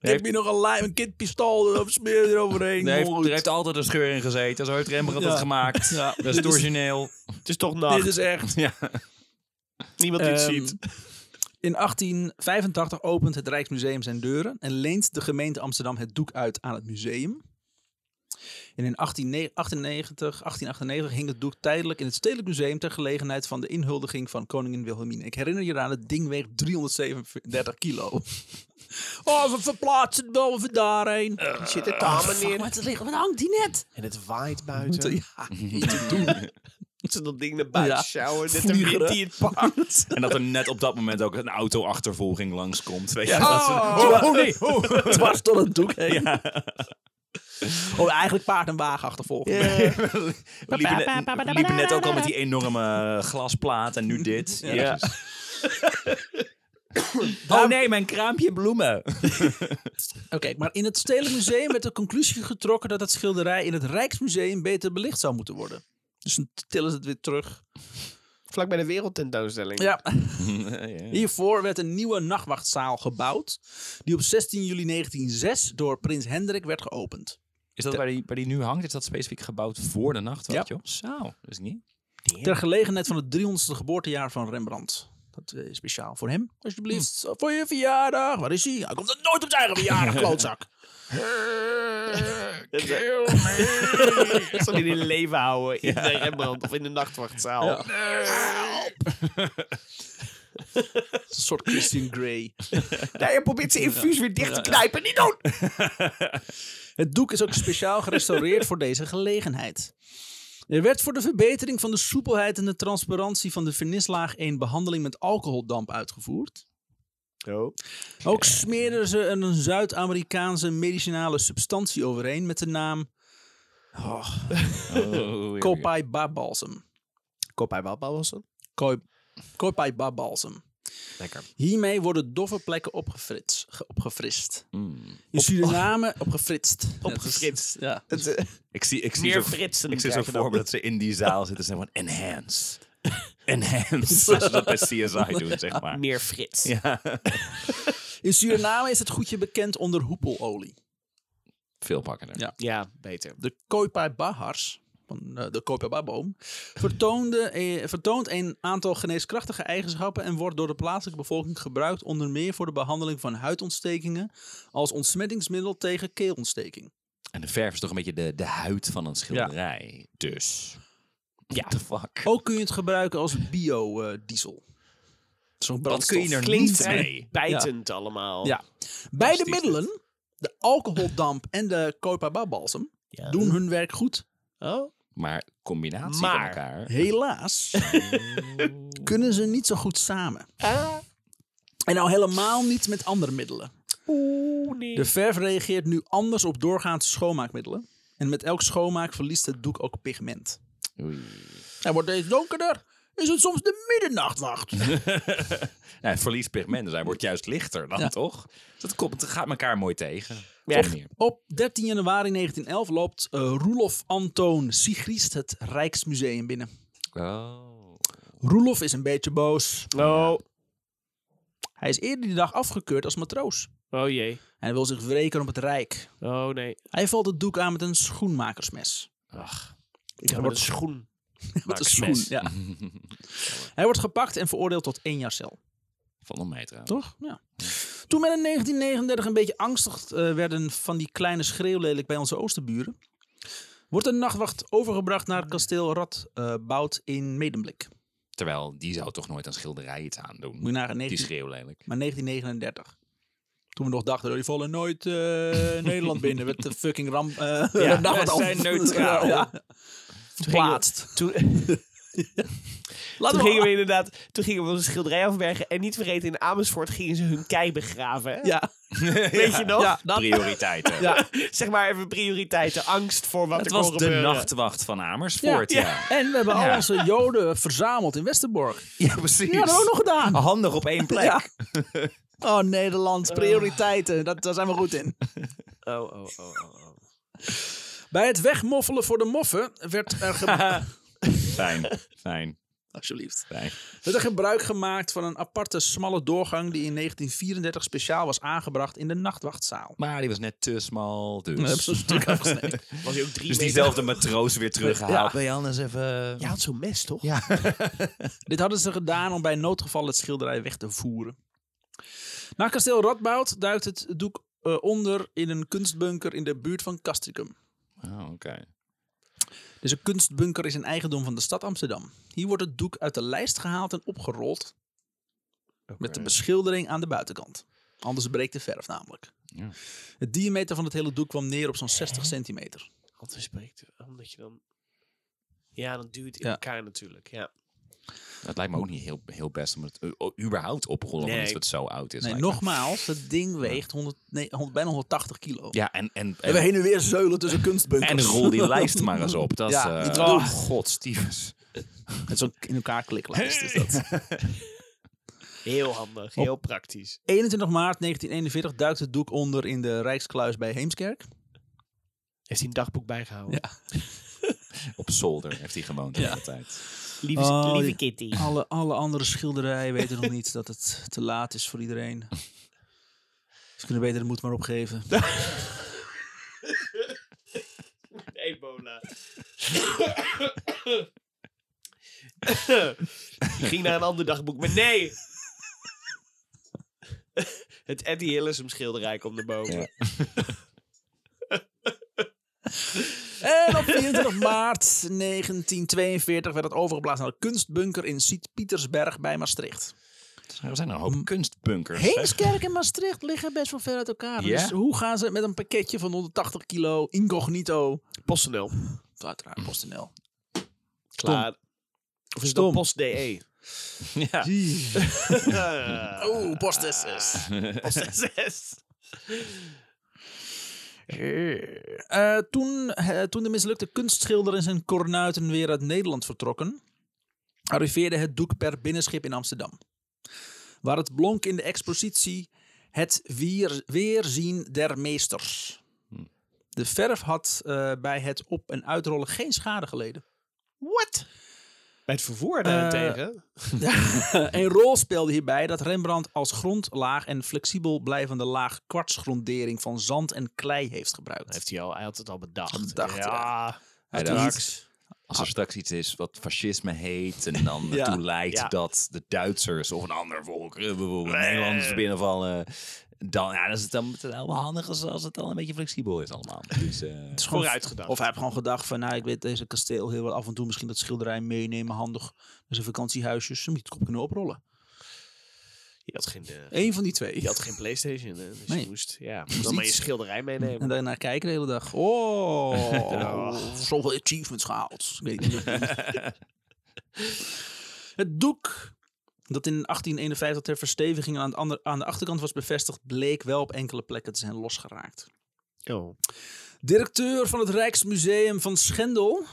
Ik heb hier nog een lijm, een kindpistool erop. Smeer eroverheen.
Er heeft,
Goed.
er heeft altijd een scheur in gezeten. Zo heeft Rembrandt
Ja.
dat gemaakt.
Ja.
Dat is
Dit
het
is-
origineel.
Het is toch
Dit
nacht.
is echt.
Dus- Ja.
Niemand die het
Ehm,
ziet.
In 1885 opent het Rijksmuseum zijn deuren en leent de gemeente Amsterdam het doek uit aan het museum. En in 1898, 1898 hing het doek tijdelijk in het Stedelijk Museum ter gelegenheid van de inhuldiging van koningin Wilhelmina. Ik herinner je eraan, het ding weegt 337 kilo. (laughs) Oh, we verplaatsen het wel even daarheen. Ah,
zit het daar, meneer?
Wat, ligt, wat hangt die net?
En het
(laughs)
waait buiten.
Ja, niet te doen.
Ze dat ding naar buiten
Ja.
sjouwen. Net een
Vliegeren.
wind die het pakt.
En dat er net op dat moment ook een auto-achtervolging langskomt. Weet je? Dat ze-
Oh, nee. (laughs) Dwars door het doek heen. Oh, eigenlijk paard en wagen achtervolgen.
We liepen, net, liepen net ook al met die enorme glasplaat en nu dit.
Ja.
Oh nee, mijn kraampje bloemen.
(laughs) Oké, maar in het Stedelijk Museum werd de conclusie getrokken dat het schilderij in het Rijksmuseum beter belicht zou moeten worden. Dus dan tillen ze het weer terug.
Vlak bij de wereldtentoonstelling.
Ja. Hiervoor werd een nieuwe nachtwachtzaal gebouwd, die op 16 juli 1906 door prins Hendrik werd geopend.
(laughs) Is dat waar die, waar die nu hangt? Is dat specifiek gebouwd voor de nacht?
Ja.
Ja. Joh? Zo, dat is niet.
Ter gelegenheid van het 300ste geboortejaar van Rembrandt. Dat eh, is speciaal voor hem, alsjeblieft. Voor je verjaardag. Waar is hij? Hij komt nooit op zijn eigen (laughs) verjaardag, klootzak.
Dat (laughs) zal hij in leven houden in de Rembrandt of in de nachtwachtzaal.
Ja. Een soort Christian (laughs) Grey.
Daar je probeert zijn infuus weer dicht te knijpen. Niet doen!
(laughs) Het doek is ook speciaal gerestaureerd voor deze gelegenheid. Er werd voor de verbetering van de soepelheid en de transparantie van de vernislaag een behandeling met alcoholdamp uitgevoerd. Ook smeerden ze er een Zuid-Amerikaanse medicinale substantie overheen met de naam
Oh,
Copaiba balsem.
Kopijwaal was het.
Coi- Copaiba balsem.
Lekker.
Hiermee worden doffe plekken opgefrits, ge- opgefrist.
Mm.
In Suriname opgefritst. Ja, dat is-
Opgefrist.
Ja.
Ik zie, ik zie
Meer
zo,
fritsen.
ik zie zo
krijg je
voor
dan.
me dat ze in die zaal zitten en zeggen van enhance. Enhance. Als ze dat bij CSI doen, zeg maar.
Meer frits.
Ja.
In Suriname is het goedje bekend onder hoepelolie.
Veel pakkender.
Ja.
Ja, beter.
de Koipai Bahars, van eh, de Koipai boom, vertoonde, eh, vertoont een aantal geneeskrachtige eigenschappen en wordt door de plaatselijke bevolking gebruikt onder meer voor de behandeling van huidontstekingen als ontsmettingsmiddel tegen keelontsteking.
En de verf is toch een beetje de, de huid van een schilderij. Dus. Ja. The fuck.
Ook kun je het gebruiken als biodiesel. Zo'n
Wat kun je er
Klinkt
niet
vrij
mee?
bijtend allemaal.
Ja. Beide middelen, de alcoholdamp en de Koipai balsem,
Ja.
doen hun werk goed.
Oh?
Maar combinatie van
(laughs)
Maar.
elkaar.
Helaas kunnen ze niet zo goed samen. En nou helemaal niet met andere middelen.
Oeh, nee.
De verf reageert nu anders op doorgaans schoonmaakmiddelen. En met elk schoonmaak verliest het doek ook pigment.
Oei.
En wordt deze donkerder, is het soms de middernachtwacht.
Nou, het verliest pigment, dus hij wordt juist lichter dan,
Ja.
toch? Dus dat komt, het gaat elkaar mooi tegen.
Ja.
Op die manier.
Op 13 januari 1911 loopt eh, Roelof Antoon Sigrist het Rijksmuseum binnen.
Oh.
Roelof is een beetje boos.
Oh,
Hij is eerder die dag afgekeurd als matroos.
oh jee.
En hij wil zich wreken op het Rijk.
Oh nee.
Hij valt het doek aan met een schoenmakersmes.
Ach, (laughs)
Ik had een Oh, schoen.
Met een schoen,
Makersmes.
ja. Hij wordt gepakt en veroordeeld tot één jaar cel.
Van om mij trouwens.
Toch? Ja. Toen men in 1939 een beetje angstig eh, werden van die kleine schreeuwlelijk bij onze oosterburen, wordt een nachtwacht overgebracht naar het kasteel Radboud in Medemblik.
Terwijl, die zou toch nooit aan schilderij iets aandoen.
Moet je nagaan,
Die
19
schreeuw lelijk.
maar 1939. Toen we nog dachten, oh, die vallen
(laughs)
nooit eh, Nederland binnen met de fucking ramp. (laughs) eh
Ja,
de nachtwacht
wij
af-
zijn
(laughs)
neutraal.
Verplaatst.
(laughs) Toen,
Laten
toen
we
gingen we inderdaad toen gingen we onze schilderij afbergen. En niet vergeten, in Amersfoort gingen ze hun kei begraven. hè?
Ja,
Weet je nog?
ja, dat-
Prioriteiten.
ja.
(laughs) Zeg maar even prioriteiten. Angst voor wat
Het
er
was
kon
de
gebeuren.
nachtwacht van Amersfoort, ja. (laughs) Ja,
En we hebben al onze joden verzameld in Westerborg.
precies.
Ja, dat hebben we ook nog gedaan.
Handig op één plek.
Ja. (laughs) Oh,
Ah.
Nederland, prioriteiten. Dat, daar zijn we goed in.
Oh, oh, oh, oh, oh.
Bij het wegmoffelen voor de moffen werd
(laughs)
er, ge-
Fijn, (laughs) fijn,
Alsjeblieft.
fijn.
werd er gebruik gemaakt van een aparte smalle doorgang die in 1934 speciaal was aangebracht in de nachtwachtzaal.
Maar die was net te smal, dus...
We hebben zo'n
(laughs)
stuk afgesneden.
Was hij ook drie
Dus
meter?
diezelfde matroos weer teruggehaald.
Ja.
Ben je anders even...
Je had zo'n mes, toch?
Dit hadden ze gedaan om bij noodgeval het schilderij weg te voeren. Na kasteel Radboud duikt het doek eh, onder in een kunstbunker in de buurt van Castricum.
Oh, oké.
Dus een kunstbunker is een eigendom van de stad Amsterdam. Hier wordt het doek uit de lijst gehaald en opgerold. Met de beschildering aan de buitenkant. Anders breekt de verf namelijk.
Ja.
Het diameter van het hele doek kwam neer op zo'n 60 centimeter.
Altijd spreekt, omdat je dan... Ja, dan duwt het in
Ja.
elkaar natuurlijk, ja.
Dat lijkt me ook niet heel, heel best om het u- überhaupt op te rollen,
Nee.
omdat het zo oud is.
Nee,
lijkt me.
nogmaals, het ding weegt 100, nee, 100 bijna 180 kilo.
Ja, en, en,
En we
en,
heen en weer
(laughs)
zeulen tussen kunstbunkers.
en rol die lijst maar eens op. Dat is,
(laughs) Ja,
eh,
niet te doen.
god, Stevens.
Met zo'n in elkaar kliklijst is (laughs) dat.
Heel handig, heel praktisch.
21 maart 1941 duikt het doek onder in de Rijkskluis bij Heemskerk.
Heeft hij een dagboek bijgehouden?
Ja.
Op zolder heeft hij gewoond de hele tijd.
Lieve,
Oh,
lieve
ja.
(laughs) Kitty.
Alle, alle andere schilderijen weten nog niet dat het te laat is voor iedereen. Ze kunnen beter de moed maar opgeven.
Ebola. Ik ging naar een ander dagboek, maar nee! (laughs) Het Eddie Hillesum schilderij komt erboven.
Ja.
(laughs) En op 24 maart 1942 werd het overgeblazen naar de kunstbunker in Sint-Pietersberg bij Maastricht.
Er zijn een hoop kunstbunkers. hè?
Heemskerk en Maastricht liggen best wel ver uit elkaar.
Ja?
Dus hoe gaan ze met een pakketje van 180 kilo incognito?
PostNL.
Uiteraard PostNL.
Klaar. Of is
Stom.
dat (laughs) PostDE?
Ja.
(laughs) Ah. Oh, postessers.
PostSS.
Eh, toen, eh, toen de mislukte kunstschilder en zijn kornuiten weer uit Nederland vertrokken, arriveerde het doek per binnenschip in Amsterdam. Waar het blonk in de expositie Het weer, Weerzien der Meesters. De verf had eh, bij het op- en uitrollen geen schade geleden.
What? Bij het vervoer daarentegen?
Een rol speelde hierbij dat Rembrandt als grondlaag en flexibel blijvende laag kwartsgrondering van zand en klei heeft gebruikt.
heeft hij, al, hij had het al bedacht.
Bedacht, ja.
ja.
Hij
Had hij
dacht,
iets-
Als er straks iets is wat fascisme heet en dan
Ah. (laughs) Ja.
ertoe leidt
Ja.
dat de Duitsers of een ander volk eh, bijvoorbeeld Nederlanders binnenvallen, dan ja, dat is het dan het wel handig als, als het dan een beetje flexibel is allemaal. Dus, eh,
(laughs) Het is gewoon-
Vooruitgedacht.
Of hij heeft gewoon gedacht van, nou, ik weet deze kasteel heel wat af en toe misschien dat schilderij meenemen handig. Dus een vakantiehuisjes, dan moet je het op kunnen oprollen.
Je had geen, eh,
Eén van die twee.
je had geen PlayStation. eh, dus
Nee.
je moest, ja, moest dan
iets.
maar je schilderij
(laughs)
meenemen.
En daarna kijken de hele dag. (laughs) Oh, zoveel achievements gehaald. Ik weet niet. (laughs) het doek dat in 1851 ter versteviging aan, het ander- aan de achterkant was bevestigd, bleek wel op enkele plekken te zijn losgeraakt.
Oh.
Directeur van het Rijksmuseum van Schendel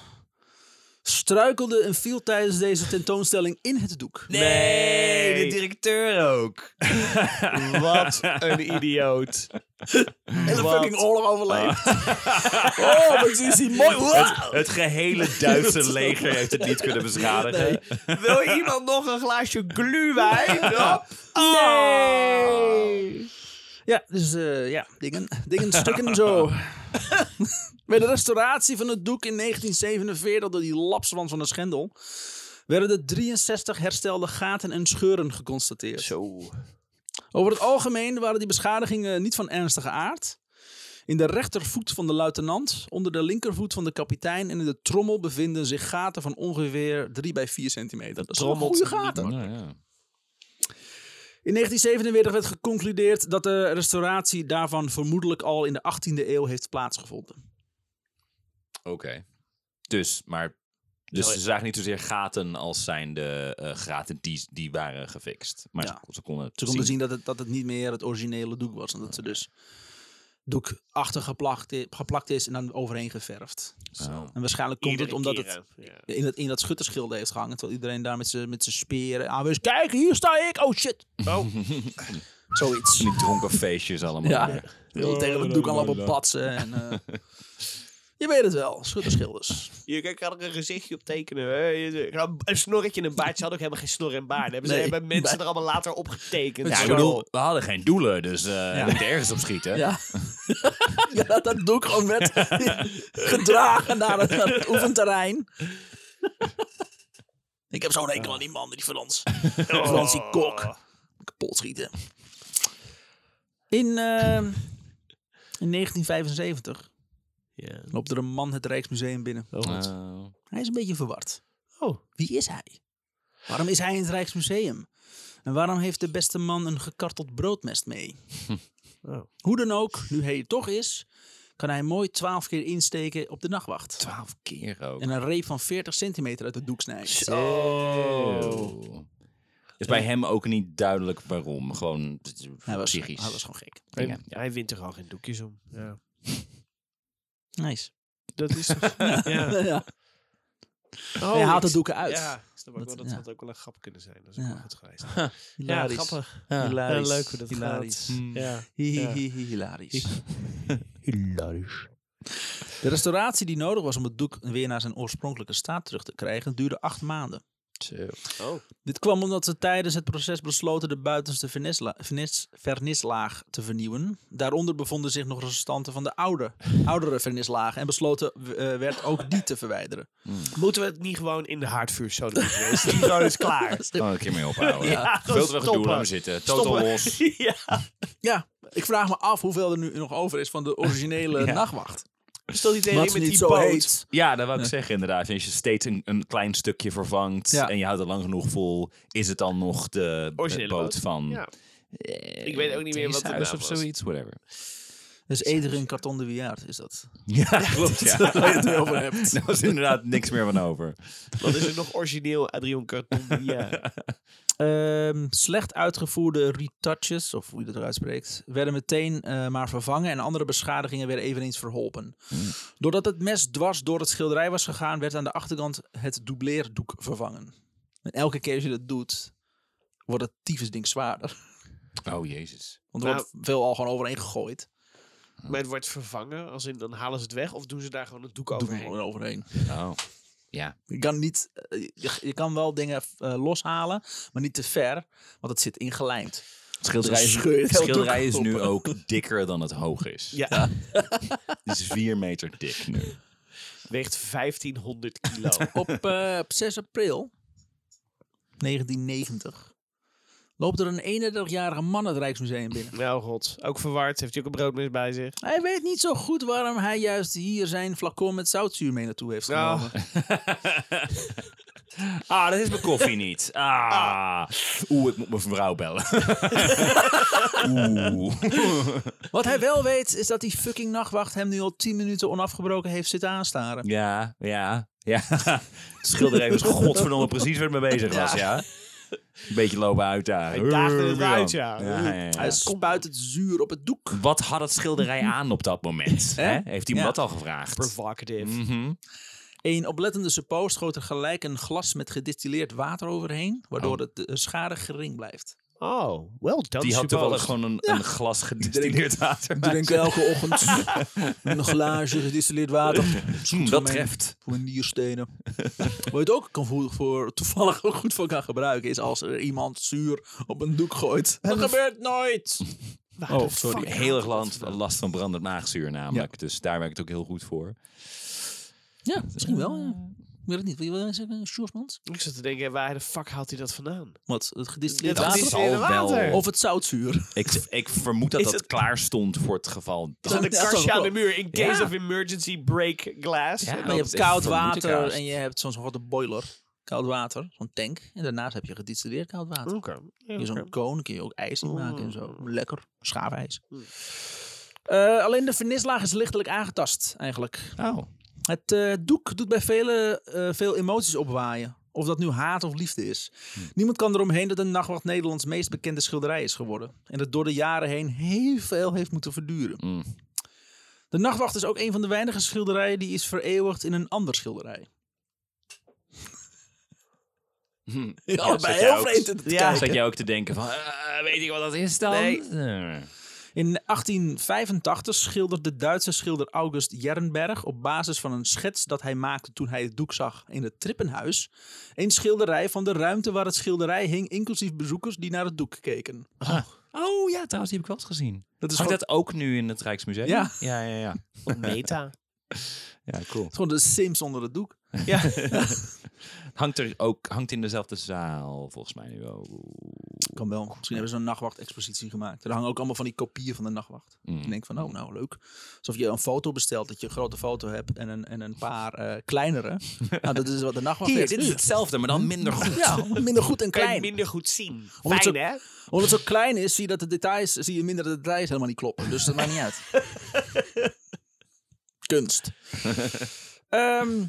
struikelde en viel tijdens deze tentoonstelling in het doek.
Nee, de directeur ook.
(laughs) Wat een (laughs) idioot.
Hele
Wat?
fucking oorlog overleefd. (laughs) oh, wat is hij mooi. Wow.
Het gehele
(laughs)
Duitse leger heeft het niet kunnen beschadigen.
Nee.
Wil iemand nog een glaasje gluwijn? Hop. Nee.
Ja, dus eh, ja, dingen, dingen stukken zo. Bij de restauratie van het doek in 1947 door die lapswand van de Schendel werden er 63 herstelde gaten en scheuren geconstateerd.
(laughs) Zo.
Over het algemeen waren die beschadigingen niet van ernstige aard. In de rechtervoet van de luitenant, onder de linkervoet van de kapitein en in de trommel bevinden zich gaten van ongeveer 3 bij 4 centimeter. Dat, zijn wel
trommelt
goede gaten.
Nou, ja.
In 1947 werd geconcludeerd dat de restauratie daarvan vermoedelijk al in de 18e eeuw heeft plaatsgevonden.
Oké. Dus, maar... Dus
Zo-
ze zagen niet zozeer gaten als zijn de gaten die, die waren gefixt. Maar
Ja.
ze, ze konden
Ze konden zien dat het, dat het niet meer het originele doek was. En dat ze dus doek achter geplakt, i- geplakt is en dan overheen geverfd.
Zo.
En waarschijnlijk komt het
Iedere
omdat
keer,
het
hè. Ja.
in dat, in dat schuttersgilde heeft gehangen. Terwijl iedereen daar met zijn met z'n speren aan was. Kijk, hier sta ik! Oh shit!
Oh.
Zoiets.
Die dronken
(laughs)
feestjes allemaal.
Ja,
weer.
heel tegen het doek allemaal patsen. En, (laughs) eh, je weet het wel, schuttersgilders.
Je kan- kan er een gezichtje op tekenen. hè. Je- nou, Een snorretje en een baard. Ze hadden ook helemaal geen snor en baard. Hebben, ze,
Nee.
hebben mensen er allemaal later op getekend.
Ja, ik bedoel, we hadden geen doelen, dus eh we moeten ergens op schieten.
Ja. (laughs) ja, dat doe ik gewoon (laughs) met gedragen naar het, naar het oefenterrein. ik heb zo'n enkel aan die man, die (laughs) Frans. Oh. Frans die kok. Kapot schieten. In, eh, in 1975
Ja.
loopt er een man het Rijksmuseum binnen.
Oh, wat.
Eh,
Hij is een beetje verward.
Oh.
Wie is hij? Waarom is hij in het Rijksmuseum? En waarom heeft de beste man een gekarteld broodmest (laughs) mee?
Oh.
Hoe dan ook, nu hij er toch is, kan hij mooi twaalf keer insteken op de nachtwacht.
twaalf keer ook.
En een reep van 40 centimeter uit het doek snijden.
Oh. Is bij hem ook niet duidelijk waarom. Gewoon
Hij was,
psychisch.
hij was gewoon gek.
Hij,
dingen, ja.
hij wint er al geen doekjes om. Ja.
Nice.
Dat is (laughs) toch... ja.
(laughs) Ja. hij haalt de doeken uit.
Ja, snap ik
Dat-
wel. Dat
ja.
had ook wel een grap kunnen zijn. Dat is ook
Ja.
wel goed geweest. Ja,
Hilarisch.
grappig.
Hilarisch.
Ja, leuk hoe dat
Hilarisch.
gaat. Ja.
Hi, hi, hi, hilarisch.
Hilarisch.
De restauratie die nodig was om het doek weer naar zijn oorspronkelijke staat terug te krijgen, duurde acht maanden.
Oh.
Dit kwam omdat ze tijdens het proces besloten de buitenste vernisla- vernis- vernislaag te vernieuwen. Daaronder bevonden zich nog restanten van de oude, oudere vernislaag en besloten eh, werd ook die te verwijderen.
Moeten we het niet gewoon in de haardvuur zo doen? Is die gewoon eens
(laughs)
klaar?
Kan ik een keer mee (laughs) ophouden.
Ja,
Veel te veel gedoe,
stoppen.
laat me zitten. Total
Stoppen.
los.
(laughs) ja.
Ja, ik vraag me af hoeveel er nu nog over is van de (laughs) originele nachtwacht.
Stel die tegen
Wat
je met
niet
die
zo
boot.
heet.
Ja, dat wou ik zeggen inderdaad. Als je steeds een, een klein stukje vervangt
Ja.
en je houdt het lang genoeg vol, is het dan nog de
Originele
boot,
boot.
van...
Ja. Ik weet ook niet meer wat de
is
naam
of
was.
zoiets, whatever.
Dus eerder een karton de wiaard is dat.
(laughs) Ja, klopt. (laughs) Ja.
Waar je het nu over
(laughs)
hebt.
Daar was inderdaad niks meer van over.
Wat is er nog origineel, Adrian eh,
(laughs)
Cartombia?
Ehm, slecht uitgevoerde retouches, of hoe je dat eruit spreekt, werden meteen eh, maar vervangen en andere beschadigingen werden eveneens verholpen.
Hmm.
Doordat het mes dwars door het schilderij was gegaan, werd aan de achterkant het doubleerdoek vervangen. En elke keer als je dat doet, wordt het tyfusding zwaarder.
Oh, jezus.
Want er
Nou.
wordt veel al gewoon overheen gegooid.
maar het wordt vervangen, als in dan halen ze het weg of doen ze daar gewoon een doek
Doe er
overheen?
gewoon overheen.
Oh. Ja.
Je kan, niet, eh, je, je kan wel dingen eh, loshalen, maar niet te ver, want het zit ingelijmd.
Schilderij
Dus
is,
scheur je het hele
schilderij
doek
is nu
open.
ook dikker dan het hoog is.
Ja,
Het is vier meter dik nu.
weegt 1500 kilo.
(laughs)
(laughs)
op, eh, op 6 april 1990 loopt er een 31-jarige man het Rijksmuseum binnen.
nou god, ook verward, heeft hij ook een broodmes bij zich?
Hij weet niet zo goed waarom hij juist hier zijn flacon met zoutzuur mee naartoe heeft genomen.
Ah, dat is mijn koffie niet. Ah. Oeh, ik moet mijn vrouw bellen. Oeh.
Wat hij wel weet, is dat die fucking nachtwacht hem nu al 10 minuten onafgebroken heeft zitten aanstaren.
Ja, ja, ja. Schilderij was godverdomme precies waar ik mee bezig was, ja. Een beetje lopen uitdagen.
Hij daagde het uit, ja.
ja, ja, ja.
Hij spuit het zuur op het doek.
Wat had het schilderij aan op dat moment? Hè? Heeft hij me
Ja.
dat al gevraagd?
Provocative.
Mhm.
Een oplettende suppose schoot er gelijk een glas met gedistilleerd water overheen,
Oh.
waardoor het de schade gering blijft.
Oh, well done,
Die had toch wel
Suppose.
gewoon een, een glas gedistilleerd water.
Drink elke ochtend
(laughs)
een glaasje gedistilleerd water.
Hm, dat treft. (laughs)
Flanierstenen. Wat je het ook kan voor, voor toevallig ook goed voor kan gebruiken, is als er iemand zuur op een doek gooit. Dat gebeurt nooit.
(laughs)
Waar
Oh,
de
sorry.
fuck-
Heel erg last, last van brandend maagzuur namelijk. Dus daar werkt het ook heel goed voor.
Ja, misschien wel. Ja. Ik weet het niet. Wil je wel eens zeggen, Sjoerdsmans?
Ik zat te denken, waar de fuck haalt hij dat vandaan?
Wat? Het gedistilleerd
Dit
Dat
water?
is
gedistilleerde
al wel...
water.
Of het zoutzuur?
Ik, ik vermoed dat
Is
dat
het-
klaar stond voor het geval.
Ja,
(laughs)
Dan een
dat is
kastje
wel
aan de
klopt.
muur in case
Ja.
of emergency break glass.
Ja.
En
Maar
dan-
je
dat
hebt
is
koud
vermoed ik
water
juist.
en je hebt zo'n grote boiler. Koud water, zo'n tank. En daarnaast heb je gedistilleerd koud water.
Oké.
In
Oké.
zo'n koon kun je ook ijs in maken en zo. Lekker, schaafijs.
Mm.
Eh, alleen de vernislaag is lichtelijk aangetast eigenlijk.
Oh.
Het eh, doek doet bij velen eh, veel emoties opwaaien. Of dat nu haat of liefde is.
Mm.
Niemand kan eromheen dat de Nachtwacht Nederlands meest bekende schilderij is geworden. En dat door de jaren heen heel veel heeft moeten verduren.
Mm.
De Nachtwacht is ook een van de weinige schilderijen die is vereeuwigd in een ander schilderij. Ja,
zat
Allebei
jij
heel
ook-
vreemd in te
Ja.
kijken.
Zat jij ook te denken van, eh, weet ik wat dat is dan?
Nee.
Eh.
In 1885 schilderde de Duitse schilder August Jernberg op basis van een schets dat hij maakte toen hij het doek zag in het Trippenhuis een schilderij van de ruimte waar het schilderij hing, inclusief bezoekers die naar het doek keken.
Oh ja, trouwens, die heb ik wel eens gezien.
Dat is
Hangt
gewoon,
dat ook nu in het Rijksmuseum?
Ja.
Ja, ja, ja.
Meta.
Ja, (laughs) cool.
gewoon de Sims onder het doek.
Ja.
(laughs) Hangt er ook, hangt in dezelfde zaal volgens mij nu ook.
Kan wel. Misschien hebben ze een nachtwacht-expositie gemaakt. Er hangen ook allemaal van die kopieën van de nachtwacht.
Mm.
Ik denk van, oh nou, leuk. Alsof je een foto bestelt, dat je een grote foto hebt en een, en een paar eh,
(laughs)
kleinere. nou, dat is wat de nachtwacht
Hier,
heeft
dit is
nu.
hetzelfde, maar dan minder goed.
Ja, minder goed en
Kan je
klein.
minder goed zien.
Omdat
Fijn,
ze-
hè?
Omdat het zo klein is, zie je, dat de details, zie je minder dat de details helemaal niet kloppen. Dus dat maakt niet
(laughs)
uit. Kunst. Ehm,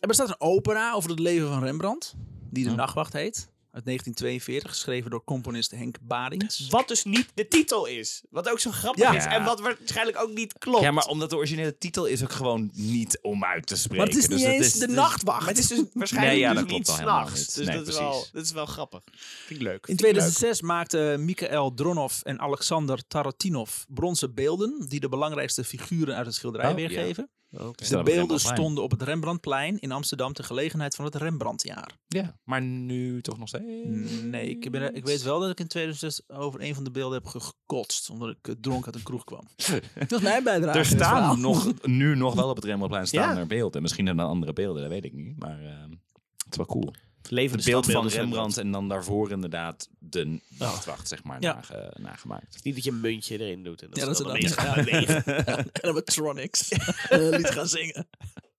er bestaat een opera over het leven van Rembrandt, die De Nachtwacht heet. Uit 1942, geschreven door componist Henk Barings.
Wat dus niet de titel is. Wat ook zo grappig
Ja.
is. En wat waarschijnlijk ook niet klopt.
Ja, maar omdat de originele titel is ook gewoon niet om uit te spreken.
Maar het is niet
Dus dat
eens
is-
De
dus-
Nachtwacht.
Maar het is dus waarschijnlijk
Nee, ja,
dus
dat klopt
niet
al helemaal
s'nachts.
niet.
Dus
Nee,
dat, is
precies.
wel, dat is wel grappig. Vind ik leuk.
In 2006 maakten Mikhail Dronov en Alexander Taratinov bronzen beelden die de belangrijkste figuren uit het schilderij
Oh,
weergeven.
Staan
De
op
beelden
Rembrandtplein.
stonden op het Rembrandtplein in Amsterdam ter gelegenheid van het Rembrandtjaar.
Ja, maar nu toch nog steeds?
Nee, ik, ben, er- ik weet wel dat ik in 2006 over een van de beelden heb gekotst. Omdat ik eh, dronk uit een kroeg
(laughs)
kwam. Dat is mijn bijdrage.
Er
aan dit verhaal.
staan nog, nu nog wel op het Rembrandtplein staan
Ja.
er beelden. Misschien zijn er andere beelden, dat weet ik niet. Maar ehm, het is wel cool.
Levende
Dus
Het dus beeld van Rembrandt en dan daarvoor inderdaad de nachtwacht, zeg maar,
Ja.
nage- nagemaakt.
Niet dat je een muntje erin doet. En dat
Ja, dat
ze dan
is het
ineens gaan bewegen.
(laughs)
(laughs) Animatronics. (laughs) Eh, liet gaan zingen.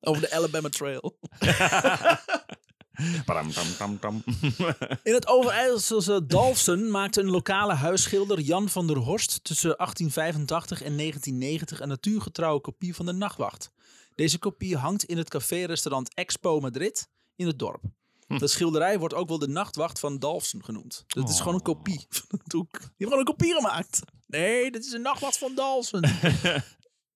Over de Alabama Trail.
Padam, tam, tam, (laughs) tam.
In het Overijsselse Dalfsen maakte een lokale huisschilder Jan van der Horst tussen 1885 en 1990 een natuurgetrouwe kopie van de Nachtwacht. Deze kopie hangt in het café-restaurant Expo Madrid in het dorp. De schilderij wordt ook wel de Nachtwacht van Dalfsen genoemd. Dus het is gewoon een kopie van het doek. Die hebben gewoon een kopie gemaakt. Nee, dit is een Nachtwacht van Dalfsen.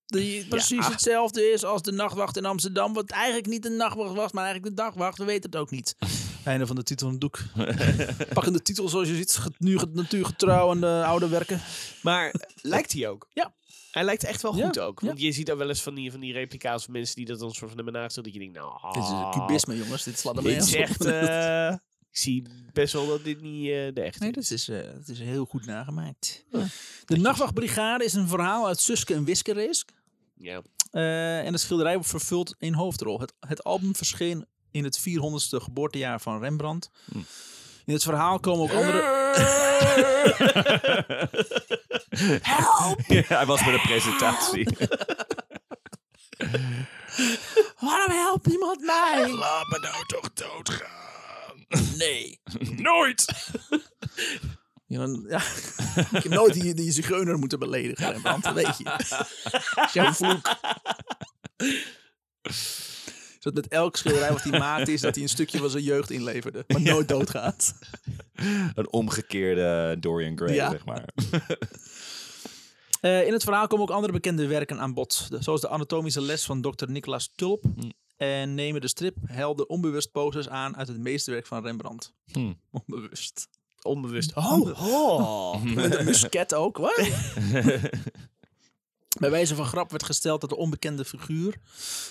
Die precies hetzelfde is als de nachtwacht in Amsterdam. Wat eigenlijk niet de nachtwacht was, maar eigenlijk de dagwacht. We weten het ook niet. (laughs) Einde van de titel en het
(laughs)
doek. Pakkende titel, zoals je ziet. ge- Nu ge- natuurgetrouw en eh, oude werken.
Maar lijkt hij ook?
Ja.
Hij lijkt echt wel
Ja,
goed ook. Want je ziet ook wel eens van die, van die replica's van mensen die dat dan soort van hebben naast Dat je denkt, nou...
Dit is
ah,
een cubisme, jongens. Dit slaat er mee
Dit is echt... eh, ik zie best wel dat dit niet eh, de echte
Nee, (laughs) dat is, eh, dat is heel goed nagemaakt. De Nachtwachtbrigade is een verhaal uit Suske en Wiskeresk.
is. Ja.
Eh, en het schilderij wordt vervuld in hoofdrol. Het, het album verscheen in het 400ste geboortejaar van Rembrandt.
Hm.
In het verhaal komen ook andere...
Ja, hij was bij de (laughs) presentatie.
Waarom helpt iemand mij? (laughs)
Laat me nou toch doodgaan.
Nee.
Nooit!
Ja, dan, (laughs) ja. Ik heb nooit die, die zigeuner moeten beledigen, Rembrandt, dat weet je. (laughs) Dat is jouw vloek. Dat met elk schilderij wat hij maakt is dat hij een stukje van zijn jeugd inleverde, maar nooit doodgaat.
Een omgekeerde Dorian Gray,
Ja.
zeg maar.
Eh, in het verhaal komen ook andere bekende werken aan bod. De- zoals de anatomische les van Dr. Nicolaas Tulp. En nemen de strip helden onbewust poses aan uit het meesterwerk van Rembrandt.
Hm.
Onbewust.
Onbewust.
Oh.
Ho, ho.
(laughs)
Met een musket ook, wat? Bij wijze van grap werd gesteld dat de onbekende figuur,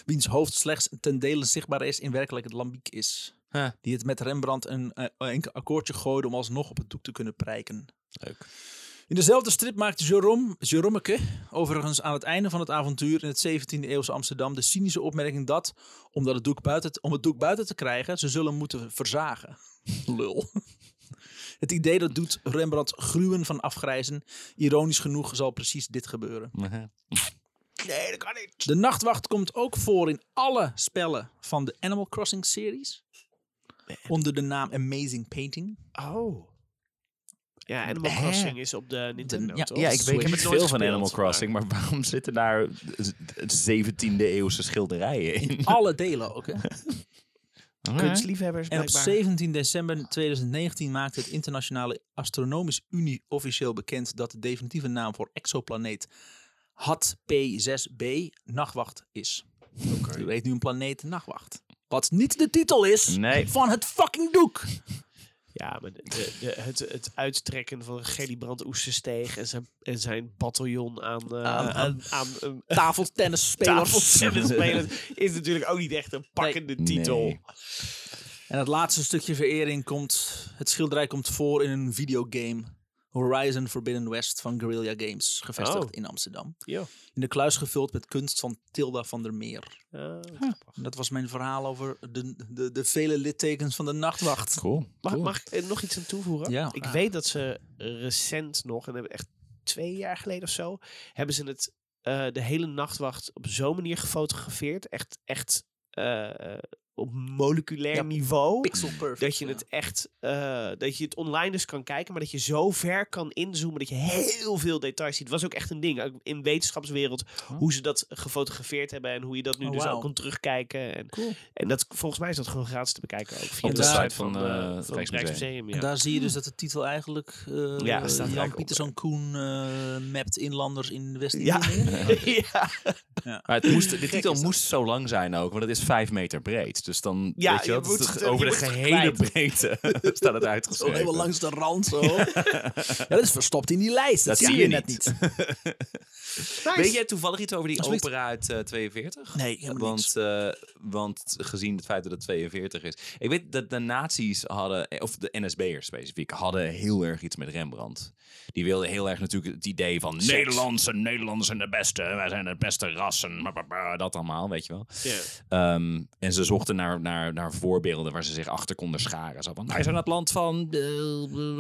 wiens hoofd slechts ten dele zichtbaar is, in werkelijkheid lambiek is.
Huh.
Die het met Rembrandt een eh, enkel akkoordje gooide om alsnog op het doek te kunnen prijken.
Leuk.
In dezelfde strip maakt Jerome, Jeromeke overigens aan het einde van het avontuur in het 17e eeuwse Amsterdam de cynische opmerking dat, omdat het doek buiten, om het doek buiten te krijgen, ze zullen moeten verzagen. (laughs) Lul. Het idee dat doet Rembrandt gruwen van afgrijzen. Ironisch genoeg zal precies dit gebeuren.
Nee, dat kan niet.
De nachtwacht komt ook voor in alle spellen van de Animal Crossing series. Onder de naam Amazing Painting.
Oh. Ja, Animal
Hè?
Crossing is op de Nintendo,
Eh. ja,
toch?
Ja, ik, weet, ik heb het
Switch.
veel van
Nooit
Ah.
Animal
gespeeld,
Crossing, maar waarom zitten daar 17e eeuwse schilderijen in?
Alle delen ook, hè?
Kunstliefhebbers,
En op
blijkbaar.
17 december 2019 maakte het Internationale Astronomisch Unie officieel bekend dat de definitieve naam voor exoplaneet HAT-P6b Nachtwacht is. U weet nu een planeet Nachtwacht. Wat niet de titel is
Nee.
van het fucking doek.
Ja, maar de, de- de- het, het uittrekken van Gerrybrand Oestersteeg en zijn, en zijn bataljon aan, eh aan, aan, aan eh,
Tafeltennisspelers.
tafeltennisspelers is natuurlijk ook niet echt een pakkende titel.
Nee.
(laughs) En het laatste stukje verering komt... Het schilderij komt voor in een videogame. Horizon Forbidden West van Guerrilla Games. Gevestigd
Oh.
in Amsterdam.
Ja.
In de kluis gevuld met kunst van Tilda van der Meer.
Ah.
Dat was mijn verhaal over de, de, de vele littekens van de
(laughs)
nachtwacht.
Cool.
Mag,
cool.
mag ik er nog iets aan toevoegen?
Ja.
Ik
Ah.
weet dat ze recent nog, en hebben echt twee jaar geleden of zo, hebben ze het eh, de hele nachtwacht op zo'n manier gefotografeerd. Echt, echt eh, eh, op moleculair
Ja,
niveau.
Pixel perfect.
Dat je
ja.
het echt, eh, dat je het online dus kan kijken, maar dat je zo ver kan inzoomen dat je heel veel details ziet. Het was ook echt een ding ook in wetenschapswereld hoe ze dat gefotografeerd hebben en hoe je dat nu
Oh,
dus
wauw.
ook kan terugkijken. En,
Cool.
en dat volgens mij is dat gewoon gratis te bekijken ook via
Op
de
site van,
eh,
eh, het
van het
Rijksmuseum.
Rijksmuseum.
En
Ja.
daar zie je dus dat de titel eigenlijk eh
Ja, staat er
Jan
eigenlijk
Pieterszoon Koen eh mapt inlanders in west
Ja. (laughs) (laughs) ja.
Maar het moest, de
Gek
titel
is dat.
moest zo lang zijn ook, want het is vijf meter breed. Dus dan
Ja,
weet je,
je
wel, het is
moet
toch
het, eh,
over
je
de
moet het
gehele
kwijt.
breedte (laughs) staat het
Zo
uitgeschreven.
helemaal langs de rand
(laughs)
zo. ja, dat is verstopt in die lijst. Dat, zie je, net niet.
Weet jij toevallig iets over die
Alsjeblieft.
opera uit eh, 42?
Nee, helemaal
want, eh, want gezien het feit dat het 42 is. Ik weet dat de nazi's hadden, eh, of de NSB'ers specifiek, hadden heel erg iets met Rembrandt. Die wilden heel erg natuurlijk het idee van Nederlandse, Nederlanders zijn de beste, wij zijn het beste rassen, bla, bla, bla, dat allemaal, weet je wel. Ehm, en ze zochten naar, naar, naar voorbeelden waar ze zich achter konden scharen. Zo van, wij zijn het land van eh,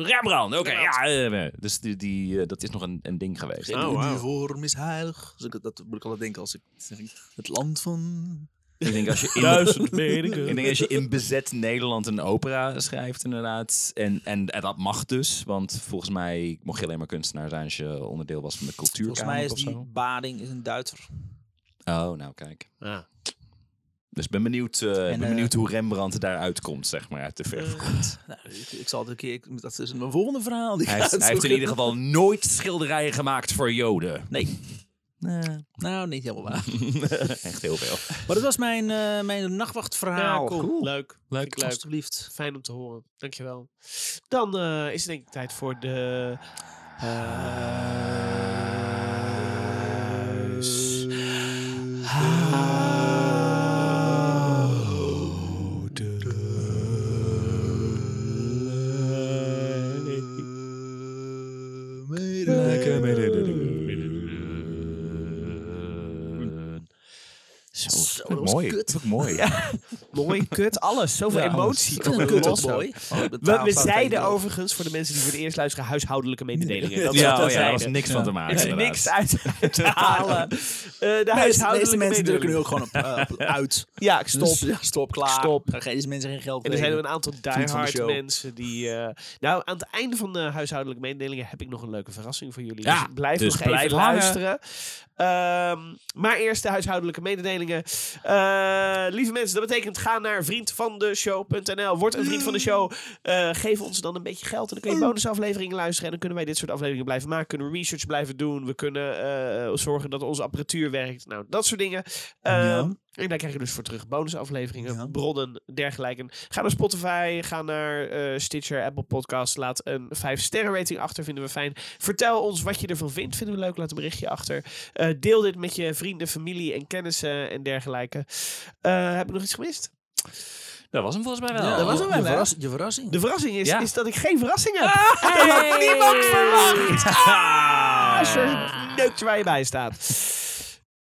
Rembrandt. Oké, ja. eh, dus die, die, eh, dat is nog een, een ding geweest.
Oh, wauw.
vorm is heilig. Dus ik, dat moet ik altijd denken als ik zeg, het land van...
Ik denk als je in, Ik denk als je in bezet Nederland een opera schrijft, inderdaad. En, en, en dat mag dus, want volgens mij mocht je alleen maar kunstenaar zijn als je onderdeel was van de
Volgens mij
cultuurkamer
is
of
die
zo.
Bading is een Duitser.
Oh, nou kijk.
Ah.
Dus ik ben benieuwd, eh,
En,
ben
eh,
benieuwd hoe Rembrandt daaruit komt, zeg maar, uit de verf (laughs) komt.
Nou, ik, ik zal het een keer... ik- dat is mijn volgende verhaal. die ik
Hij
ga
heeft, hij heeft in
uitzoeken.
ieder geval nooit schilderijen gemaakt voor Joden. (laughs)
Nee. Nou, niet helemaal waar.
Echt heel veel.
Maar dat was mijn, eh, mijn nachtwachtverhaal.
Ja, cool. Leuk. Vind ik
Leuk.
leuk.
Alsjeblieft.
Fijn om te horen. Dankjewel. Dan eh, is het denk ik tijd voor de... eh, Huis.
Eh, Lekker.
Zo Zo, dat was
Mooi.
kut.
Dat is ook mooi.
Mooi, (laughs) kut, alles. Zoveel
Ja,
emotie.
(laughs) alles.
Kut,
Kut,
los
ook.
mooi.
Oh, ik
We,
betaal
we
staat
zeiden
tegenover.
overigen, voor de mensen die voor het eerst luisteren, huishoudelijke mededelingen. Dat
ja,
we
oh ja, daar was
zeiden.
niks van te maken.
Er is
inderdaad.
niks uit te halen. Eh,
De
de
meeste- de meeste
huishoudelijke
mensen drukken nu
mededelingen.
ook gewoon op, eh, op Dus- uit.
Dus- Ja, ik
Stop,
stop.
ja, stop, klaar.
Stop.
Dan geven mensen geen geld
En er
meer.
zijn ook een aantal
Vriend van de
diehard
show.
mensen die... eh, nou, aan het einde van de huishoudelijke mededelingen heb ik nog een leuke verrassing voor jullie.
Ja,
dus blijf
dus
nog
blijf
even
hangen.
luisteren. Ehm, maar eerst de huishoudelijke mededelingen. Eh, lieve mensen, dat betekent ga naar vriendvandeshow.nl. Word een vriend van de show. Eh, geef ons dan een beetje geld. En dan kun je bonusafleveringen luisteren. En dan kunnen wij dit soort afleveringen blijven maken. Kunnen we research blijven doen. We kunnen eh, zorgen dat onze apparatuur werkt. Nou, dat soort dingen.
Ja.
Ehm, en daar krijg je dus voor terug bonusafleveringen,
Ja.
bronnen, dergelijke. Ga naar Spotify, ga naar eh, Stitcher, Apple Podcasts. Laat een 5-sterren rating achter, vinden we fijn. Vertel ons wat je ervan vindt, vinden we leuk. Laat een berichtje achter. Eh, deel dit met je vrienden, familie en kennissen en dergelijke. Eh, heb ik nog iets gemist?
Dat was hem volgens mij wel.
Ja,
dat was
je-
hem wel,
je
hè?
verras- Je verrassing.
De verrassing is,
Ja.
is dat ik geen verrassing heb. (laughs)
Ah,
Dat had niemand verwacht. Ah, Sneukt waar je bij staat.